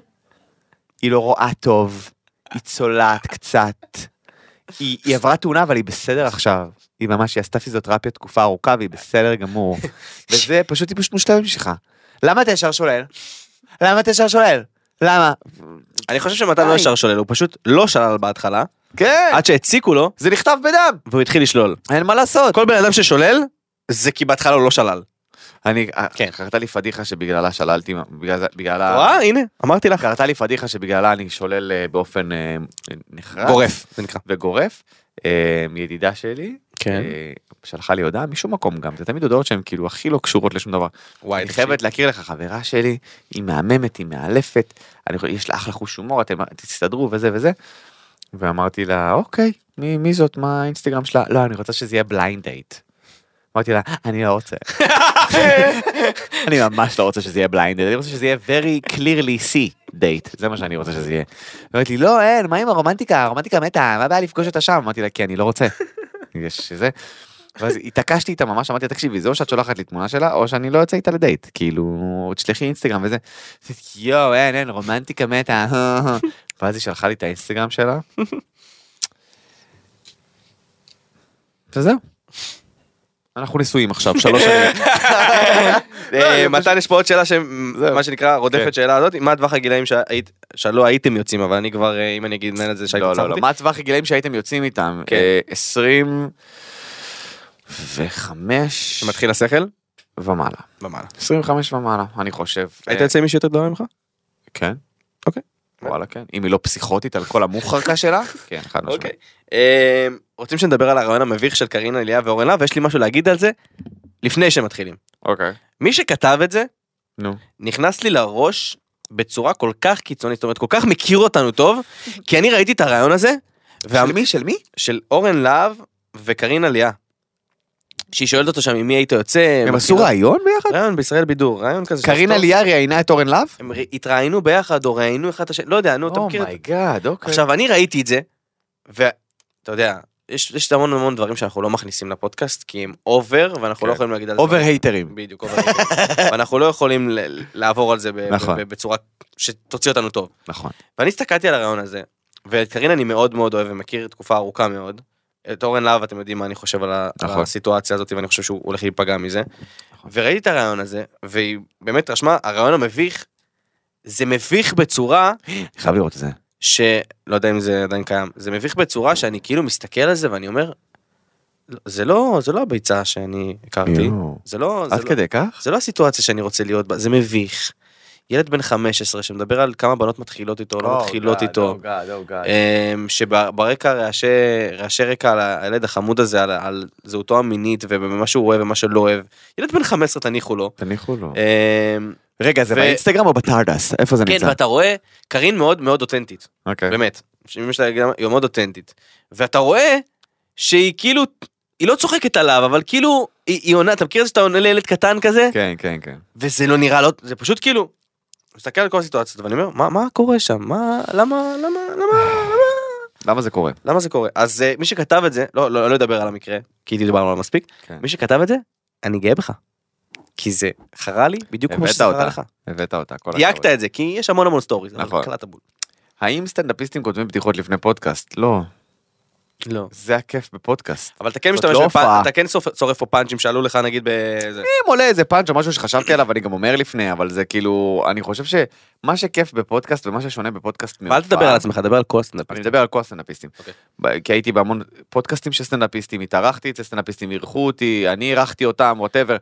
[SPEAKER 2] היא לא רואה טוב, היא צולעת קצת. היא, היא עברה תאונה, אבל היא בסדר עכשיו. היא ממש, היא עשתה פיזיותרפיה תקופה ארוכה והיא בסדר גמור. וזה פשוט, היא פשוט מושלמת בשבילך. למה אתה ישר שולל? למה אתה ישר שולל? למה?
[SPEAKER 3] אני חושב שמתן לא
[SPEAKER 2] די.
[SPEAKER 3] ישר שולל, הוא פשוט לא שלל בהתחלה,
[SPEAKER 2] כן,
[SPEAKER 3] עד שהציקו לו,
[SPEAKER 2] זה נכתב בדם,
[SPEAKER 3] והוא התחיל לשלול.
[SPEAKER 2] אין מה לעשות.
[SPEAKER 3] כל בן אדם ששולל, זה כי בהתחלה הוא לא שלל.
[SPEAKER 2] אני,
[SPEAKER 3] כן.
[SPEAKER 2] כן, קרתה לי פדיחה שבגללה שללתי, בגלל זה- בגללה,
[SPEAKER 3] רואה? הנה, אמרתי לך.
[SPEAKER 2] קרתה לי פדיחה שבגללה אני שולל אה, באופן אה, נחרץ.
[SPEAKER 3] גורף, זה נקרא.
[SPEAKER 2] וגורף. אה, ידידה שלי,
[SPEAKER 3] כן.
[SPEAKER 2] אה, שלחה לי הודעה משום מקום גם, זה תמיד הודעות שהן כאילו הכי לא קשורות לשום דבר.
[SPEAKER 3] וואי,
[SPEAKER 2] אני חייבת להכיר לך חברה שלי, היא מהממת, היא מאלפת, אני חושב, יש לה אחלה חוש הומור, אתם תסתדרו וזה וזה. ואמרתי לה, אוקיי, מי, מי זאת, מה האינסטגרם שלה? לא, אני רוצה שזה יהיה בליינד דייט. אמרתי לה, אני לא רוצה. אני ממש לא רוצה שזה יהיה בליינד דייט, אני רוצה שזה יהיה very clearly see date, זה מה שאני רוצה שזה יהיה. אמרתי לי, לא, אין, מה עם הרומנטיקה? הרומנטיקה מתה, מה הבעיה לפגוש אותה שם? אמרתי לה, כי אני לא רוצה. יש זה. ואז התעקשתי איתה ממש, אמרתי לה, תקשיבי, זה או שאת שולחת לי תמונה שלה, או שאני לא יוצא איתה לדייט, כאילו, תשלחי אינסטגרם וזה. אז היא, יואו, אין, אין, רומנטיקה מתה. ואז היא שלחה לי את האינסטגרם שלה. וזהו. אנחנו נשואים עכשיו, שלוש שנים. לא,
[SPEAKER 3] אה, מתן יש פה עוד שאלה שמה שנקרא
[SPEAKER 2] כן.
[SPEAKER 3] רודפת שאלה הזאת, מה טווח הגילאים שהיית- שלא הייתם יוצאים אבל אני כבר אה, אם אני אגיד מנהל את זה שהייתי
[SPEAKER 2] לא, לא, לא.
[SPEAKER 3] צחקתי.
[SPEAKER 2] מה טווח הגילאים שהייתם יוצאים איתם?
[SPEAKER 3] כן.
[SPEAKER 2] אה, 25 וחמש
[SPEAKER 3] שמתחיל השכל?
[SPEAKER 2] ומעלה.
[SPEAKER 3] ומעלה.
[SPEAKER 2] כן. 25 ומעלה, אני חושב.
[SPEAKER 3] היית
[SPEAKER 2] אה,
[SPEAKER 3] יוצא עם מישהו יותר גדולה ממך?
[SPEAKER 2] כן.
[SPEAKER 3] אוקיי.
[SPEAKER 2] וואלה, כן. אם היא לא פסיכוטית על כל המוחרקה שלה? כן, חד
[SPEAKER 3] אוקיי.
[SPEAKER 2] משמעית.
[SPEAKER 3] אה, רוצים שנדבר על הרעיון המביך של קרינה אליה ואורן להב ויש לי משהו להגיד על זה לפני שמתחילים.
[SPEAKER 2] אוקיי.
[SPEAKER 3] מי שכתב את זה
[SPEAKER 2] נו.
[SPEAKER 3] נכנס לי לראש בצורה כל כך קיצונית, זאת אומרת כל כך מכיר אותנו טוב, כי אני ראיתי את הרעיון הזה, וה-
[SPEAKER 2] של מי? של מי?
[SPEAKER 3] של אורן להב וקרין עלייה. שהיא שואלת אותו שם עם מי היית יוצא.
[SPEAKER 2] הם עשו רעיון ביחד?
[SPEAKER 3] רעיון בישראל בידור, רעיון כזה. שעשו
[SPEAKER 2] קרין
[SPEAKER 3] אותו.
[SPEAKER 2] עלייה ראיינה את אורן להב?
[SPEAKER 3] הם ר- התראיינו ביחד או ראיינו אחד את השני, לא יודע, נו,
[SPEAKER 2] Oh
[SPEAKER 3] אתה מכיר את זה.
[SPEAKER 2] אומייגאד, אוקיי.
[SPEAKER 3] עכשיו, אני ראיתי את זה, ואתה יודע, יש יש המון המון דברים שאנחנו לא מכניסים לפודקאסט, כי הם אובר, ואנחנו לא
[SPEAKER 2] כן.
[SPEAKER 3] יכולים להגיד על זה.
[SPEAKER 2] אובר הייטרים.
[SPEAKER 3] בדיוק, אובר. ואנחנו לא יכולים ל- לעבור על זה ב-
[SPEAKER 2] נכון.
[SPEAKER 3] ב- בצורה שתוציא אותנו טוב.
[SPEAKER 2] נכון.
[SPEAKER 3] ואני הסתכלתי על הרעיון הזה, ואת קרין אני מאוד מאוד אוהב ומכיר תקופה ארוכה מאוד. את אורן להב אתם יודעים מה אני חושב על ה-
[SPEAKER 2] נכון.
[SPEAKER 3] על הסיטואציה הזאת ואני חושב שהוא הולך להיפגע מזה.
[SPEAKER 2] נכון.
[SPEAKER 3] וראיתי את הרעיון הזה והיא באמת רשמה הרעיון המביך זה מביך בצורה
[SPEAKER 2] אני חייב לראות את זה.
[SPEAKER 3] שלא יודע אם זה עדיין קיים זה מביך בצורה שאני כאילו מסתכל על זה ואני אומר "לא, זה לא זה לא הביצה שאני הכרתי
[SPEAKER 2] יואו.
[SPEAKER 3] זה לא זה
[SPEAKER 2] עד
[SPEAKER 3] לא-
[SPEAKER 2] כדי כך?
[SPEAKER 3] זה לא הסיטואציה שאני רוצה להיות בה זה מביך. ילד בן 15 שמדבר על כמה בנות מתחילות איתו
[SPEAKER 2] Oh,
[SPEAKER 3] לא מתחילות איתו.
[SPEAKER 2] אה,
[SPEAKER 3] אמ, שברקע רעשי, רעשי רקע על הילד החמוד הזה, על, על זהותו המינית ובמה שהוא אוהב ומה שלא אוהב. ילד בן 15 תניחו לו.
[SPEAKER 2] תניחו לו.
[SPEAKER 3] אמ,
[SPEAKER 2] רגע, זה
[SPEAKER 3] ו-
[SPEAKER 2] באינסטגרם או בטרדס? איפה זה
[SPEAKER 3] כן,
[SPEAKER 2] נמצא?
[SPEAKER 3] ואתה רואה, קארין מאוד מאוד אותנטית,
[SPEAKER 2] אוקיי.
[SPEAKER 3] באמת. שאם יש לה גם- היא מאוד אותנטית. ואתה רואה שהיא כאילו היא לא צוחקת עליו, אבל כאילו, היא היא עונה, אתה מכיר את זה שאתה עונה לילד קטן כזה?
[SPEAKER 2] כן, כן, כן.
[SPEAKER 3] וזה לא נראה לא... זה פשוט כאילו... אני מסתכל על כל הסיטואציות, ואני אומר, מה, מה קורה שם? מה, למה, למה, למה, למה?
[SPEAKER 2] למה זה קורה?
[SPEAKER 3] למה זה קורה? אז אה, מי שכתב את זה, לא, לא, לא אדבר על המקרה, כי דיברנו עליו מספיק,
[SPEAKER 2] כן.
[SPEAKER 3] מי שכתב את זה, אני גאה בך. כי זה חרה לי בדיוק כמו
[SPEAKER 2] הבאת
[SPEAKER 3] שזה חרה
[SPEAKER 2] אותה.
[SPEAKER 3] לך.
[SPEAKER 2] הבאת אותה, כל
[SPEAKER 3] דייקת את זה, כי יש המון המון סטוריז. אבל
[SPEAKER 2] נכון.
[SPEAKER 3] קלעת בול.
[SPEAKER 2] האם סטנדאפיסטים כותבים בדיחות לפני פודקאסט? לא.
[SPEAKER 3] לא.
[SPEAKER 2] זה הכיף בפודקאסט.
[SPEAKER 3] אבל אתה כן
[SPEAKER 2] זאת
[SPEAKER 3] משתמש,
[SPEAKER 2] לא
[SPEAKER 3] בפ-
[SPEAKER 2] הופעה.
[SPEAKER 3] אתה כן סופ- צורף פה פאנצ'ים שעלו לך נגיד בזה.
[SPEAKER 2] אם עולה איזה פאנץ' או משהו שחשבתי עליו, אני גם אומר לפני, אבל זה כאילו, אני חושב שמה שכיף בפודקאסט ומה ששונה בפודקאסט
[SPEAKER 3] אל תדבר על עצמך, דבר על כל
[SPEAKER 2] אני
[SPEAKER 3] הסטנדאפיסטים.
[SPEAKER 2] מדבר על כל הסטנדאפיסטים.
[SPEAKER 3] אוקיי.
[SPEAKER 2] ב- כי הייתי בהמון פודקאסטים של סטנדאפיסטים, התארחתי אצל סטנדאפיסטים, אירחו אותי, אני אירחתי אותם, ווטאבר.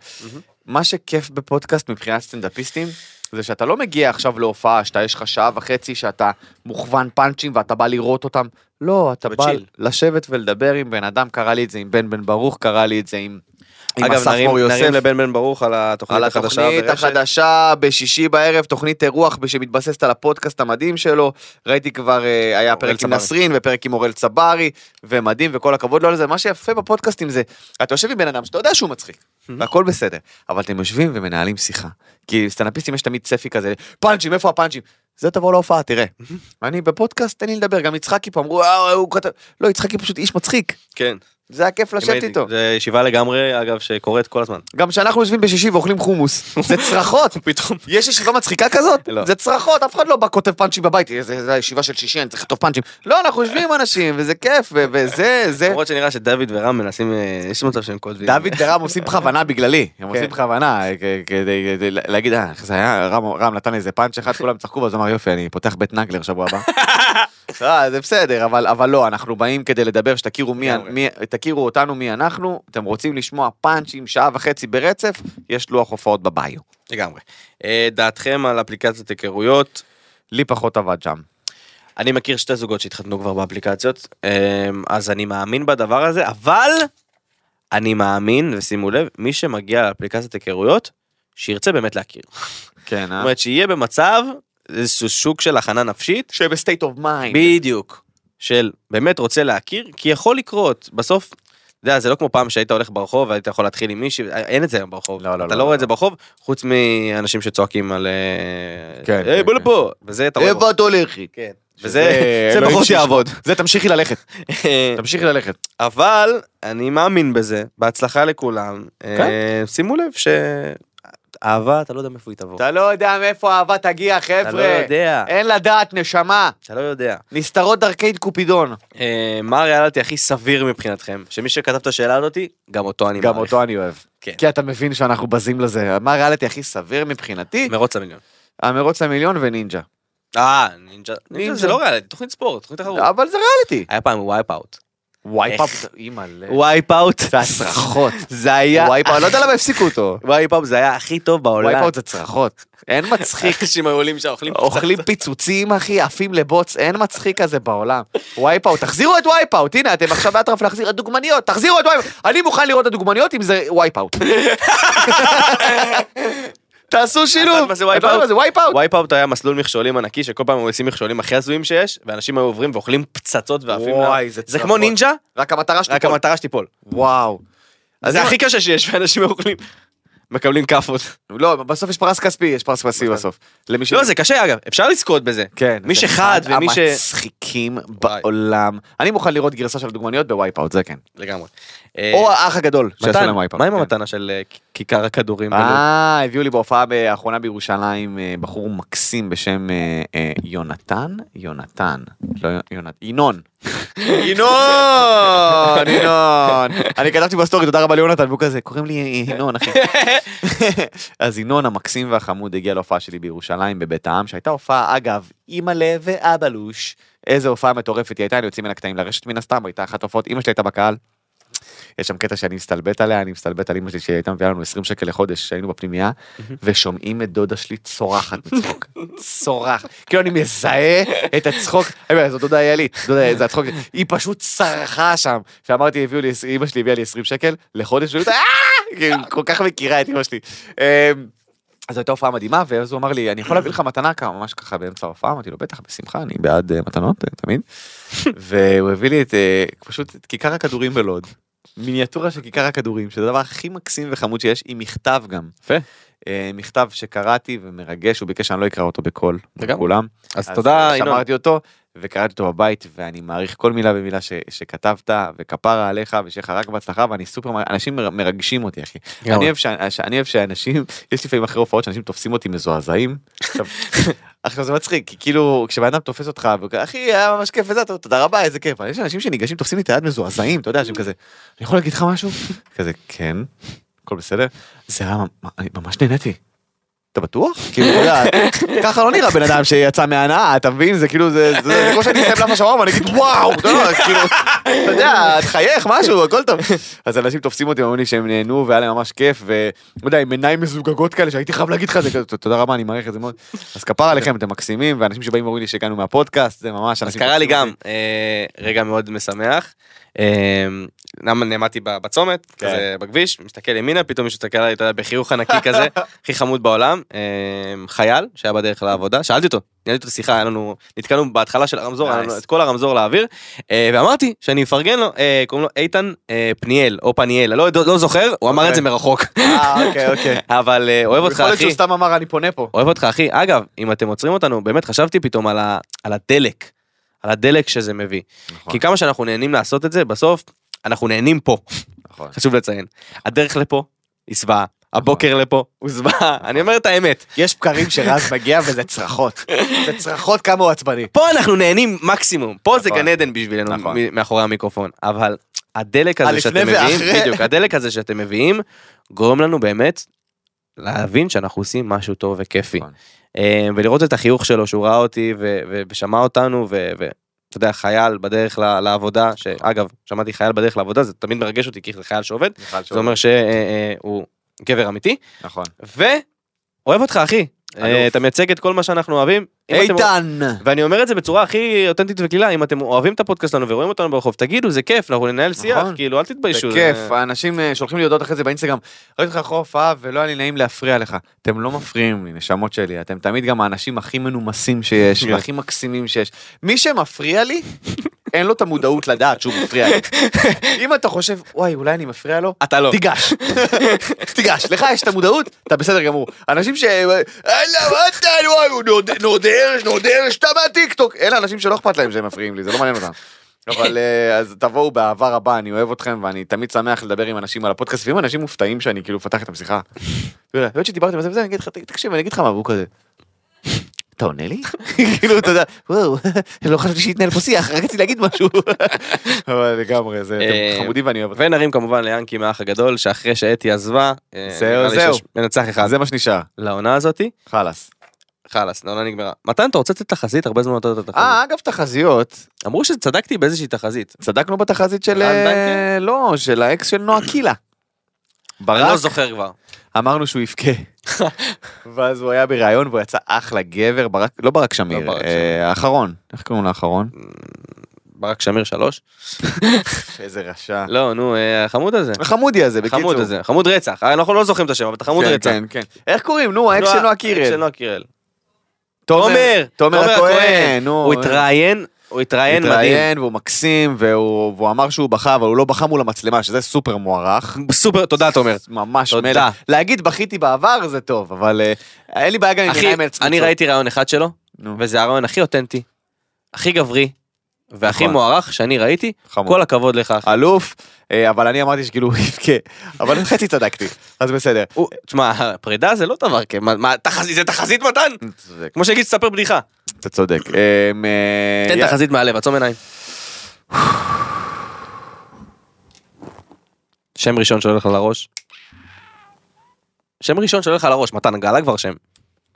[SPEAKER 2] מה שכיף בפודקאסט מבחינת סטנדאפיסטים, זה שאתה לא מגיע עכשיו להופעה, שאתה יש לך שעה וחצי, שאתה מוכוון פאנצ'ים ואתה בא לראות אותם. לא, אתה בא
[SPEAKER 3] בצ'יל.
[SPEAKER 2] לשבת ולדבר עם בן אדם, קרה לי את זה עם בן בן ברוך, קרה לי את זה עם... עם
[SPEAKER 3] אגב,
[SPEAKER 2] אסף
[SPEAKER 3] נרים-
[SPEAKER 2] מור יוסף.
[SPEAKER 3] נרים לבן בן ברוך על התוכנית
[SPEAKER 2] על
[SPEAKER 3] החדשה.
[SPEAKER 2] התוכנית
[SPEAKER 3] ברשת.
[SPEAKER 2] החדשה בשישי בערב, תוכנית אירוח שמתבססת על הפודקאסט המדהים שלו. ראיתי כבר, אה, היה
[SPEAKER 3] אורל
[SPEAKER 2] פרק עם
[SPEAKER 3] צברי.
[SPEAKER 2] נסרין ופרק עם אורל צברי, ומדהים, וכל הכבוד לו על זה. מה שיפה בפודקאסטים זה, אתה יושב עם בן אדם שאתה יודע שהוא מצחיק,
[SPEAKER 3] Mhm.
[SPEAKER 2] והכל בסדר, אבל אתם יושבים ומנהלים שיחה. כי סטנאפיסטים יש תמיד צפי כזה, פאנצ'ים, איפה הפאנצ'ים? זה תבוא להופעה, תראה.
[SPEAKER 3] Mhm.
[SPEAKER 2] אני בפודקאסט, תן לי לדבר, גם יצחקי פה אמרו, "אה, הוא כתב... לא, יצחקי פשוט איש מצחיק,
[SPEAKER 3] כן.
[SPEAKER 2] זה היה כיף לשבת איתו.
[SPEAKER 3] זה ישיבה לגמרי, אגב, שקורית כל הזמן.
[SPEAKER 2] גם כשאנחנו יושבים בשישי ואוכלים חומוס, זה צרחות.
[SPEAKER 3] פתאום.
[SPEAKER 2] יש ישיבה מצחיקה כזאת?
[SPEAKER 3] לא.
[SPEAKER 2] זה צרחות, אף אחד לא בא כותב פאנצ'ים בבית, זה זה הישיבה של שישי, אני צריך לכתוב פאנצ'ים. לא, אנחנו יושבים עם אנשים, וזה כיף, ו- וזה, זה.
[SPEAKER 3] למרות שנראה שדוד ורם מנסים, אה, יש מצב שהם כותבים.
[SPEAKER 2] אה. דוד ורם עושים בכוונה בגללי, הם עושים בכוונה, כ- כדי כדי להגיד, אה, איך זה היה, רם- רם נתן איזה פאנץ' אחד, כולם צחקו, ואז הוא אמר, יופי, אני פותח בית נגלר שבוע הבא. אה, זה בסדר, אבל אבל לא, אנחנו באים כדי לדבר, שתכירו מי-
[SPEAKER 3] לגמרי.
[SPEAKER 2] מי- תכירו אותנו מי אנחנו, אתם רוצים לשמוע פאנצ'ים שעה וחצי ברצף, יש לוח הופעות בביו.
[SPEAKER 3] לגמרי. אה, דעתכם על אפליקציות היכרויות,
[SPEAKER 2] לי פחות עבד שם.
[SPEAKER 3] אני מכיר שתי זוגות שהתחתנו כבר באפליקציות, אה, אז אני מאמין בדבר הזה, אבל אני מאמין, ושימו לב, מי שמגיע לאפליקציית היכרויות, שירצה באמת להכיר. זאת
[SPEAKER 2] כן, אה?
[SPEAKER 3] אומרת, שיהיה במצב, איזשהו שוק של הכנה נפשית,
[SPEAKER 2] שבסטייט אוף מיינד.
[SPEAKER 3] בדיוק. של באמת רוצה להכיר, כי יכול לקרות. בסוף, אתה יודע, זה לא כמו פעם שהיית הולך ברחוב והיית יכול להתחיל עם מישהי, אין את זה היום ברחוב.
[SPEAKER 2] לא, לא,
[SPEAKER 3] אתה
[SPEAKER 2] לא,
[SPEAKER 3] לא רואה
[SPEAKER 2] לא.
[SPEAKER 3] את זה ברחוב, חוץ מאנשים שצועקים על... אה,
[SPEAKER 2] כן,
[SPEAKER 3] היי,
[SPEAKER 2] כן,
[SPEAKER 3] בוא
[SPEAKER 2] כן.
[SPEAKER 3] לפה! וזה אתה רואה. ברחוב.
[SPEAKER 2] את הולכת?
[SPEAKER 3] כן.
[SPEAKER 2] שזה-
[SPEAKER 3] וזה זה
[SPEAKER 2] אלוהים
[SPEAKER 3] פחות
[SPEAKER 2] שישמור.
[SPEAKER 3] יעבוד.
[SPEAKER 2] זה לא תמשיכי ללכת, תמשיכי ללכת.
[SPEAKER 3] אבל אני מאמין בזה, בהצלחה לכולם. אה, שימו לב ש... אהבה, אתה לא יודע מאיפה היא תבוא.
[SPEAKER 2] אתה לא יודע מאיפה האהבה תגיע,
[SPEAKER 3] אתה לא יודע,
[SPEAKER 2] אין לדעת, נשמה.
[SPEAKER 3] אתה לא יודע.
[SPEAKER 2] נסתרות דרכי קופידון.
[SPEAKER 3] אה, מה הריאליטי הכי סביר מבחינתכם? שמי שכתב את השאלה הזאתי, גם אותו אני מעריך.
[SPEAKER 2] גם אותו אני אוהב.
[SPEAKER 3] כן.
[SPEAKER 2] כי אתה מבין שאנחנו בזים לזה. מה הריאליטי הכי סביר מבחינתי?
[SPEAKER 3] מרוץ המיליון.
[SPEAKER 2] המרוץ למיליון ונינג'ה.
[SPEAKER 3] אה, נינג'ה. נינג'ה אה,
[SPEAKER 2] נינג'ה.
[SPEAKER 3] זה לא ריאליטי, תוכנית ספורט, תוכנית תחרות.
[SPEAKER 2] אבל זה ריאליטי.
[SPEAKER 3] היה פעם וייפ אאוט.
[SPEAKER 2] וייפ
[SPEAKER 3] איך?
[SPEAKER 2] אפ. אימא'לה.
[SPEAKER 3] וייפ אאוט.
[SPEAKER 2] זה הצרחות.
[SPEAKER 3] זה היה...
[SPEAKER 2] וייפ אפ. לא יודע למה הפסיקו אותו.
[SPEAKER 3] וייפ אאוט זה היה הכי טוב בעולם.
[SPEAKER 2] וייפ אפ זה צרחות. אין מצחיק.
[SPEAKER 3] שאם היו עולים שם אוכלים
[SPEAKER 2] אוכלים פיצוצים אחי, עפים לבוץ, אין מצחיק כזה בעולם. וייפאוט, תחזירו את וייפאוט, הנה אתם עכשיו באטרף להחזיר, הדוגמניות, תחזירו את וייפאוט. אני מוכן לראות את הדוגמניות אם זה וייפאוט. תעשו שילוב.
[SPEAKER 3] מה זה Wipeout?
[SPEAKER 2] אתה יודע מה זה וייפאוט?
[SPEAKER 3] וייפ אאוט היה מסלול מכשולים ענקי שכל פעם היו עושים מכשולים הכי הזויים שיש ואנשים היו עוברים ואוכלים פצצות ועפים.
[SPEAKER 2] וואי,
[SPEAKER 3] לה-
[SPEAKER 2] זה
[SPEAKER 3] זה
[SPEAKER 2] צרחות.
[SPEAKER 3] כמו נינג'ה
[SPEAKER 2] רק המטרה שלי.
[SPEAKER 3] רק המטרה שתיפול.
[SPEAKER 2] וואו. אז
[SPEAKER 3] זה
[SPEAKER 2] אם-
[SPEAKER 3] הכי קשה שיש ואנשים היו אוכלים. מקבלים כאפות.
[SPEAKER 2] לא, בסוף יש פרס כספי, יש פרס כספי בסוף. למי ש...
[SPEAKER 3] לא זה קשה אגב אפשר לזכות בזה.
[SPEAKER 2] כן.
[SPEAKER 3] מי
[SPEAKER 2] זה
[SPEAKER 3] שחד
[SPEAKER 2] אחד
[SPEAKER 3] ומי ש...
[SPEAKER 2] המצחיקים בעולם. אני מוכן לראות גרסה של הדוגמניות בווייפאוט, זה כן.
[SPEAKER 3] לגמרי.
[SPEAKER 2] או האח הגדול, שעשו
[SPEAKER 3] מתן,
[SPEAKER 2] להם וייפאוט.
[SPEAKER 3] אה. מה עם
[SPEAKER 2] כן.
[SPEAKER 3] המתנה של אה, כ- כיכר הכדורים? בלוד?
[SPEAKER 2] אה, הביאו לי בהופעה האחרונה בירושלים אה, בחור מקסים בשם אה, אה, יונתן, יונתן, לא יונתן, ינון. ינון, ינון. אני כתבתי בסטורי, תודה רבה ליונתן, והוא כזה, קוראים לי אה, ינון, אחי. אז ינון המקסים והחמוד הגיע להופעה שלי בירושלים, בבית העם, שהייתה הופעה, אגב, אימא'לה ואבלוש. איזה הופעה מטורפת היא הייתה, אני יוצאים מן הקטעים לרשת מן הסתם, הייתה אחת ההופעות, אימא שלי הייתה בקהל. יש שם קטע שאני מסתלבט עליה, אני מסתלבט על אימא שלי שהיא הייתה מביאה לנו 20 שקל לחודש כשהיינו בפנימייה, ושומעים את דודה שלי צורחת מצחוק. צורח. כאילו אני מזהה את הצחוק, אני אומר, זו דודה איילית, דודה, זה הצחוק, שלי." היא פשוט צרחה שם. כשאמרתי, הביאו לי, אימא שלי הביאה לי 20 שקל לחודש, והיא הייתה, "אה!" כאילו, כל כך מכירה את אימא שלי. אמ, אז זו הייתה הופעה מדהימה, ואז הוא אמר לי, אני יכול להביא לך מתנה כמה, ממש ככה באמצע ההופעה, אמרתי לו, בטח, בשמחה, אני בעד אה, מתנות, אה, תמיד. והוא הביא לי את, אה, פשוט, את כיכר הכדורים בלוד. מיניאטורה של כיכר הכדורים, שזה הדבר הכי מקסים וחמוד שיש, עם מכתב גם.
[SPEAKER 3] יפה.
[SPEAKER 2] אה, מכתב שקראתי ומרגש, הוא ביקש שאני לא אקרא אותו בקול, מול
[SPEAKER 3] לגמרי.
[SPEAKER 2] כולם.
[SPEAKER 3] אז תודה,
[SPEAKER 2] ינון.
[SPEAKER 3] ינון.
[SPEAKER 2] אה, שמרתי אותו, וקראתי אותו בבית, ואני מעריך כל מילה ומילה ש, שכתבת, וכפרה עליך, ושיהיה לך רק בהצלחה, ואני סופר, מעריך- אנשים מר- מרגשים אותי, אחי. אני אוהב, ש... אני אוהב שאנשים, יש לפעמים אחרי הופעות שאנשים תופסים אותי מזועזעים. עכשיו, עכשיו זה מצחיק, כי כאילו כשבן אדם תופס אותך, וכ- אחי היה ממש כיף וזה, אתה- תודה רבה איזה כיף, אבל יש אנשים שניגשים תופסים לי את היד מזועזעים, אתה יודע, שהם כזה, אני יכול להגיד לך משהו? כזה כן, הכל בסדר, זה היה, ממ- אני ממש נהניתי. אתה בטוח? כאילו, אתה יודע, ככה לא נראה בן אדם שיצא מהנאה, אתה מבין? זה כאילו, זה זה- זה כמו שאני אסיים לך שווארמה, אני אגיד וואו, אתה יודע, כאילו, אתה יודע, תחייך, משהו, הכל טוב. אז אנשים תופסים אותי, אומרים לי שהם נהנו והיה להם ממש כיף, ואתה יודע, עם עיניים מזוגגות כאלה, שהייתי חייב להגיד לך את זה, כזה, תודה רבה, אני מעריך את זה מאוד. אז כפר עליכם, אתם מקסימים, ואנשים שבאים ואומרים לי שהגענו מהפודקאסט, זה ממש,
[SPEAKER 3] אז
[SPEAKER 2] אנשים
[SPEAKER 3] קרה לי
[SPEAKER 2] תופסים
[SPEAKER 3] גם אה, רגע מאוד משמח. אה, למה נעמדתי ב- בצומת,
[SPEAKER 2] כן.
[SPEAKER 3] כזה בכביש, מסתכל ימינה, פתאום מישהו מסתכל עליי, אתה יודע, בחיוך ענקי כזה, הכי חמוד בעולם, אה, חייל שהיה בדרך לעבודה, שאלתי אותו, ניהלתי אותו שיחה, היה לנו, נתקענו בהתחלה של הרמזור, היה לנו
[SPEAKER 2] Nice.
[SPEAKER 3] את כל הרמזור לאוויר, אה, ואמרתי שאני מפרגן לו, אה, קוראים לו איתן אה, פניאל, או פניאל, אני לא יודע- לא זוכר, הוא אמר את זה מרחוק,
[SPEAKER 2] אותי. אה, אוקיי, אוקיי.
[SPEAKER 3] אבל אה, אוהב אותך
[SPEAKER 2] יכול להיות
[SPEAKER 3] אחי.
[SPEAKER 2] שהוא סתם אמר, אני פונה פה.
[SPEAKER 3] אוהב אותך אחי. אגב, אם אתם עוצרים אותנו, באמת חשבתי פתאום על, ה, על הדלק, על הדלק שזה מביא.
[SPEAKER 2] נכון.
[SPEAKER 3] כי כמה שאנחנו נהנים לעשות את זה, בסוף אנחנו נהנים פה,
[SPEAKER 2] נכון.
[SPEAKER 3] חשוב לציין. הדרך לפה היא זוועה, הבוקר לפה הוא זוועה, אני אומר את האמת.
[SPEAKER 2] יש בקרים שרז מגיע וזה צרחות. זה צרחות כמה הוא עצבני.
[SPEAKER 3] פה אנחנו נהנים מקסימום, פה זה
[SPEAKER 2] נכון.
[SPEAKER 3] גן עדן בשבילנו
[SPEAKER 2] נכון.
[SPEAKER 3] מ- מאחורי המיקרופון, אבל הדלק הזה
[SPEAKER 2] הלפני
[SPEAKER 3] שאתם
[SPEAKER 2] ואחרי.
[SPEAKER 3] מביאים, בדיוק, הדלק הזה שאתם מביאים, גורם לנו באמת להבין שאנחנו עושים משהו טוב וכיפי.
[SPEAKER 2] נכון.
[SPEAKER 3] אה, ולראות את החיוך שלו שהוא ראה אותי ו- ו- ושמע אותנו ו... ו- אתה יודע, חייל בדרך ל- לעבודה, שאגב, שמעתי חייל בדרך לעבודה, זה תמיד מרגש אותי כי זה חייל שעובד, זה אומר שהוא גבר אמיתי,
[SPEAKER 2] נכון.
[SPEAKER 3] ואוהב אותך אחי, אה, אתה מייצג את כל מה שאנחנו אוהבים. אם אתם-
[SPEAKER 2] איתן!
[SPEAKER 3] ואני אומר את זה בצורה הכי אותנטית וקלילה, אם אתם אוהבים את הפודקאסט שלנו ורואים אותנו ברחוב, תגידו, זה כיף, אנחנו ננהל שיח,
[SPEAKER 2] נכון.
[SPEAKER 3] כאילו, אל
[SPEAKER 2] זה
[SPEAKER 3] תתביישו. זה-
[SPEAKER 2] כיף, האנשים אה, שולחים לי הודעות אחרי זה באינסטגרם, ראיתי אותך אחרי הופעה ולא היה לי נעים להפריע לך. אתם לא מפריעים לי, נשמות שלי, אתם תמיד גם האנשים הכי מנומסים שיש,
[SPEAKER 3] כן.
[SPEAKER 2] והכי מקסימים שיש. מי שמפריע לי, אין לו את המודעות לדעת שהוא מפריע לי. אם אתה חושב, וואי, אולי אני מפריע לו,
[SPEAKER 3] אתה לא.
[SPEAKER 2] תיגש, תיגש, לך יש את המודעות, אתה בסדר גמור. אנשים ש... אה, לא, אללה, מה אתה, וואי, הוא נוד- נודרש, נודרש, אתה מהטיקטוק. אלה אנשים שלא אכפת להם שהם מפריעים לי, זה לא מעניין אותם. אבל אה, אז תבואו באהבה רבה, אני אוהב אתכם, ואני תמיד שמח לדבר עם אנשים על הפודקאסט, ואם אנשים מופתעים שאני כאילו מפתח איתם שיחה. אתה יודע, "האמת שדיברתם על זה וזה, אני אגיד לך, "ת- תקשיב, אני אגיד לך מה, והוא כזה. אתה עונה לי? כאילו, אתה יודע, וואו, לא חשבתי שהתנהל פה שיח, רק רציתי להגיד משהו. אבל לגמרי, זה
[SPEAKER 3] אה,
[SPEAKER 2] אתם חמודים ואני אוהב אתכם.
[SPEAKER 3] ונרים כמובן ליאנקי מהאח הגדול, שאחרי שאתי עזבה, אה,
[SPEAKER 2] זהו,
[SPEAKER 3] נראה לי
[SPEAKER 2] זהו.
[SPEAKER 3] שיש מנצח אחד
[SPEAKER 2] זה מה שנשאר,
[SPEAKER 3] לעונה הזאתי,
[SPEAKER 2] חלאס.
[SPEAKER 3] חלאס, העונה נגמרה. מתן, אתה רוצה לתת תחזית? הרבה זמן לא נתת תחזית.
[SPEAKER 2] אה, אגב, תחזיות,
[SPEAKER 3] אמרו שצדקתי באיזושהי תחזית.
[SPEAKER 2] צדקנו בתחזית של...
[SPEAKER 3] רן
[SPEAKER 2] אה,
[SPEAKER 3] דנקר?
[SPEAKER 2] לא, של האקס של נועה קילה.
[SPEAKER 3] אני לא
[SPEAKER 2] ברק,
[SPEAKER 3] זוכר כבר.
[SPEAKER 2] אמרנו שהוא יבכה. ואז הוא היה בריאיון והוא יצא אחלה גבר, ברק, לא ברק שמיר,
[SPEAKER 3] לא ברק
[SPEAKER 2] אה,
[SPEAKER 3] שמיר.
[SPEAKER 2] האחרון. איך קוראים לאחרון?
[SPEAKER 3] ברק שמיר שלוש?
[SPEAKER 2] איזה רשע.
[SPEAKER 3] לא, נו, אה, החמוד הזה.
[SPEAKER 2] החמודי הזה, בקיצור.
[SPEAKER 3] חמוד הזה, חמוד רצח. אה, אנחנו לא זוכרים את השם, אבל אתה חמוד
[SPEAKER 2] כן,
[SPEAKER 3] רצח.
[SPEAKER 2] כן, כן. איך קוראים? נו, האקס של נועה
[SPEAKER 3] האקס של
[SPEAKER 2] קירל.
[SPEAKER 3] נועה קירל. תומר,
[SPEAKER 2] תומר הכהן, נו.
[SPEAKER 3] הוא התראיין, הוא התראיין מדהים.
[SPEAKER 2] התראיין והוא מקסים והוא והוא אמר שהוא בכה אבל הוא לא בכה מול המצלמה שזה סופר מוערך.
[SPEAKER 3] סופר, תודה תומר.
[SPEAKER 2] ממש
[SPEAKER 3] תודה.
[SPEAKER 2] מלך. להגיד בכיתי בעבר זה טוב, אבל אה, אין לי בעיה גם עם
[SPEAKER 3] אחי,
[SPEAKER 2] עיניים עצמי.
[SPEAKER 3] אני ראיתי רעיון אחד שלו,
[SPEAKER 2] נו,
[SPEAKER 3] וזה הרעיון הכי אותנטי, הכי גברי, והכי
[SPEAKER 2] נכון.
[SPEAKER 3] מוערך שאני ראיתי.
[SPEAKER 2] חמור.
[SPEAKER 3] כל הכבוד לך. אחי.
[SPEAKER 2] אלוף, אה, אבל אני אמרתי שכאילו הוא יבכה, אבל חצי צדקתי, אז בסדר.
[SPEAKER 3] הוא- תשמע, פרידה זה לא דבר כ... מה- מה, תחזית, זה תחזית מתן?
[SPEAKER 2] אתה צודק.
[SPEAKER 3] כמו שיגיד, תספר בדיחה.
[SPEAKER 2] אתה צודק. אמ, אה,
[SPEAKER 3] תן
[SPEAKER 2] יא-
[SPEAKER 3] תחזית מהלב, עצום עיניים. שם ראשון שעולה לך לראש. שם ראשון שעולה לך לראש, מתן, גאלה כבר שם.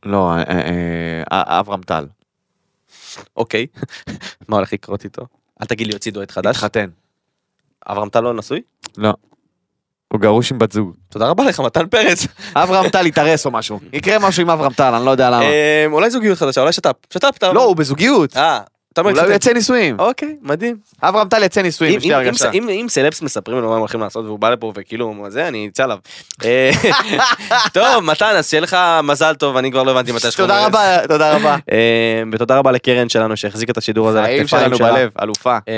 [SPEAKER 2] לא, אה, אה, אה, אברהם טל.
[SPEAKER 3] אוקיי. מה הולך לקרות איתו? אל תגיד לי הוציא דואט חדש.
[SPEAKER 2] התחתן.
[SPEAKER 3] אברהם טל לא נשוי?
[SPEAKER 2] לא. הוא גרוש עם בת זוג.
[SPEAKER 3] תודה רבה לך, מתן פרץ.
[SPEAKER 2] אברהם טל יתארס או משהו. יקרה משהו עם אברהם טל, אני לא יודע למה.
[SPEAKER 3] אה, אולי זוגיות חדשה, אולי שת"פ. שת"פ, אתה...
[SPEAKER 2] לא, הוא בזוגיות.
[SPEAKER 3] אה, אתה אומר...
[SPEAKER 2] אולי הוא
[SPEAKER 3] שת"פ.
[SPEAKER 2] יצא נישואים.
[SPEAKER 3] אוקיי, מדהים.
[SPEAKER 2] אברהם טל יצא נישואים,
[SPEAKER 3] אם-
[SPEAKER 2] יש לי
[SPEAKER 3] אם-
[SPEAKER 2] הרגשה.
[SPEAKER 3] אם- אם סלפס מספרים לנו מה הם הולכים לעשות והוא בא לפה וכאילו מה זה אני אצא עליו. אה, טוב מתן אז שיהיה לך מזל טוב אני כבר לא הבנתי מתי יש לך
[SPEAKER 2] תודה
[SPEAKER 3] מזל.
[SPEAKER 2] רבה, תודה רבה.
[SPEAKER 3] אה, ותודה רבה לקרן שלנו שהחזיקה את השידור הזה על
[SPEAKER 2] חיים
[SPEAKER 3] הכתפיים
[SPEAKER 2] שלנו
[SPEAKER 3] שלה.
[SPEAKER 2] בלב, אלופה.
[SPEAKER 3] אה,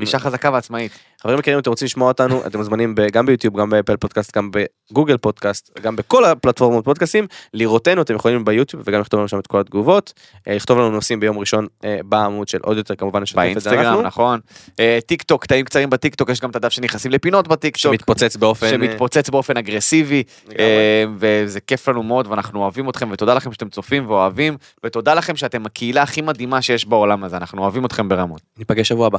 [SPEAKER 2] אישה חזקה ועצמאית.
[SPEAKER 3] חברים יקרים, אם אתם רוצים לשמוע אותנו, אתם מוזמנים ב- גם ביוטיוב, גם באפל פודקאסט, גם בגוגל פודקאסט, גם בכל הפלטפורמות פודקאסטים. לראותנו, אתם יכולים ביוטיוב וגם לכתוב לנו שם את כל התגובות. אה, לכתוב לנו נושאים ביום ראשון אה, בעמוד של עוד יותר, כמובן נשתף את זה
[SPEAKER 2] באינסטגרם,
[SPEAKER 3] אנחנו.
[SPEAKER 2] נכון. אה, טיק טוק, קטעים קצרים בטיק טוק, יש גם את הדף שנכנסים לפינות בטיק טוק.
[SPEAKER 3] שמתפוצץ באופן...
[SPEAKER 2] שמתפוצץ באופן אגרסיבי,
[SPEAKER 3] לגמרי.
[SPEAKER 2] אה, וזה כיף לנו מאוד, ואנחנו אוהבים אתכם, ותודה לכם שאתם צופים ואוהבים, ותודה לכם שאתם הקהילה הכי מדהימה שיש בעולם הזה, אנחנו אוהבים אתכם ברמות.
[SPEAKER 3] ניפגש שבוע הבא.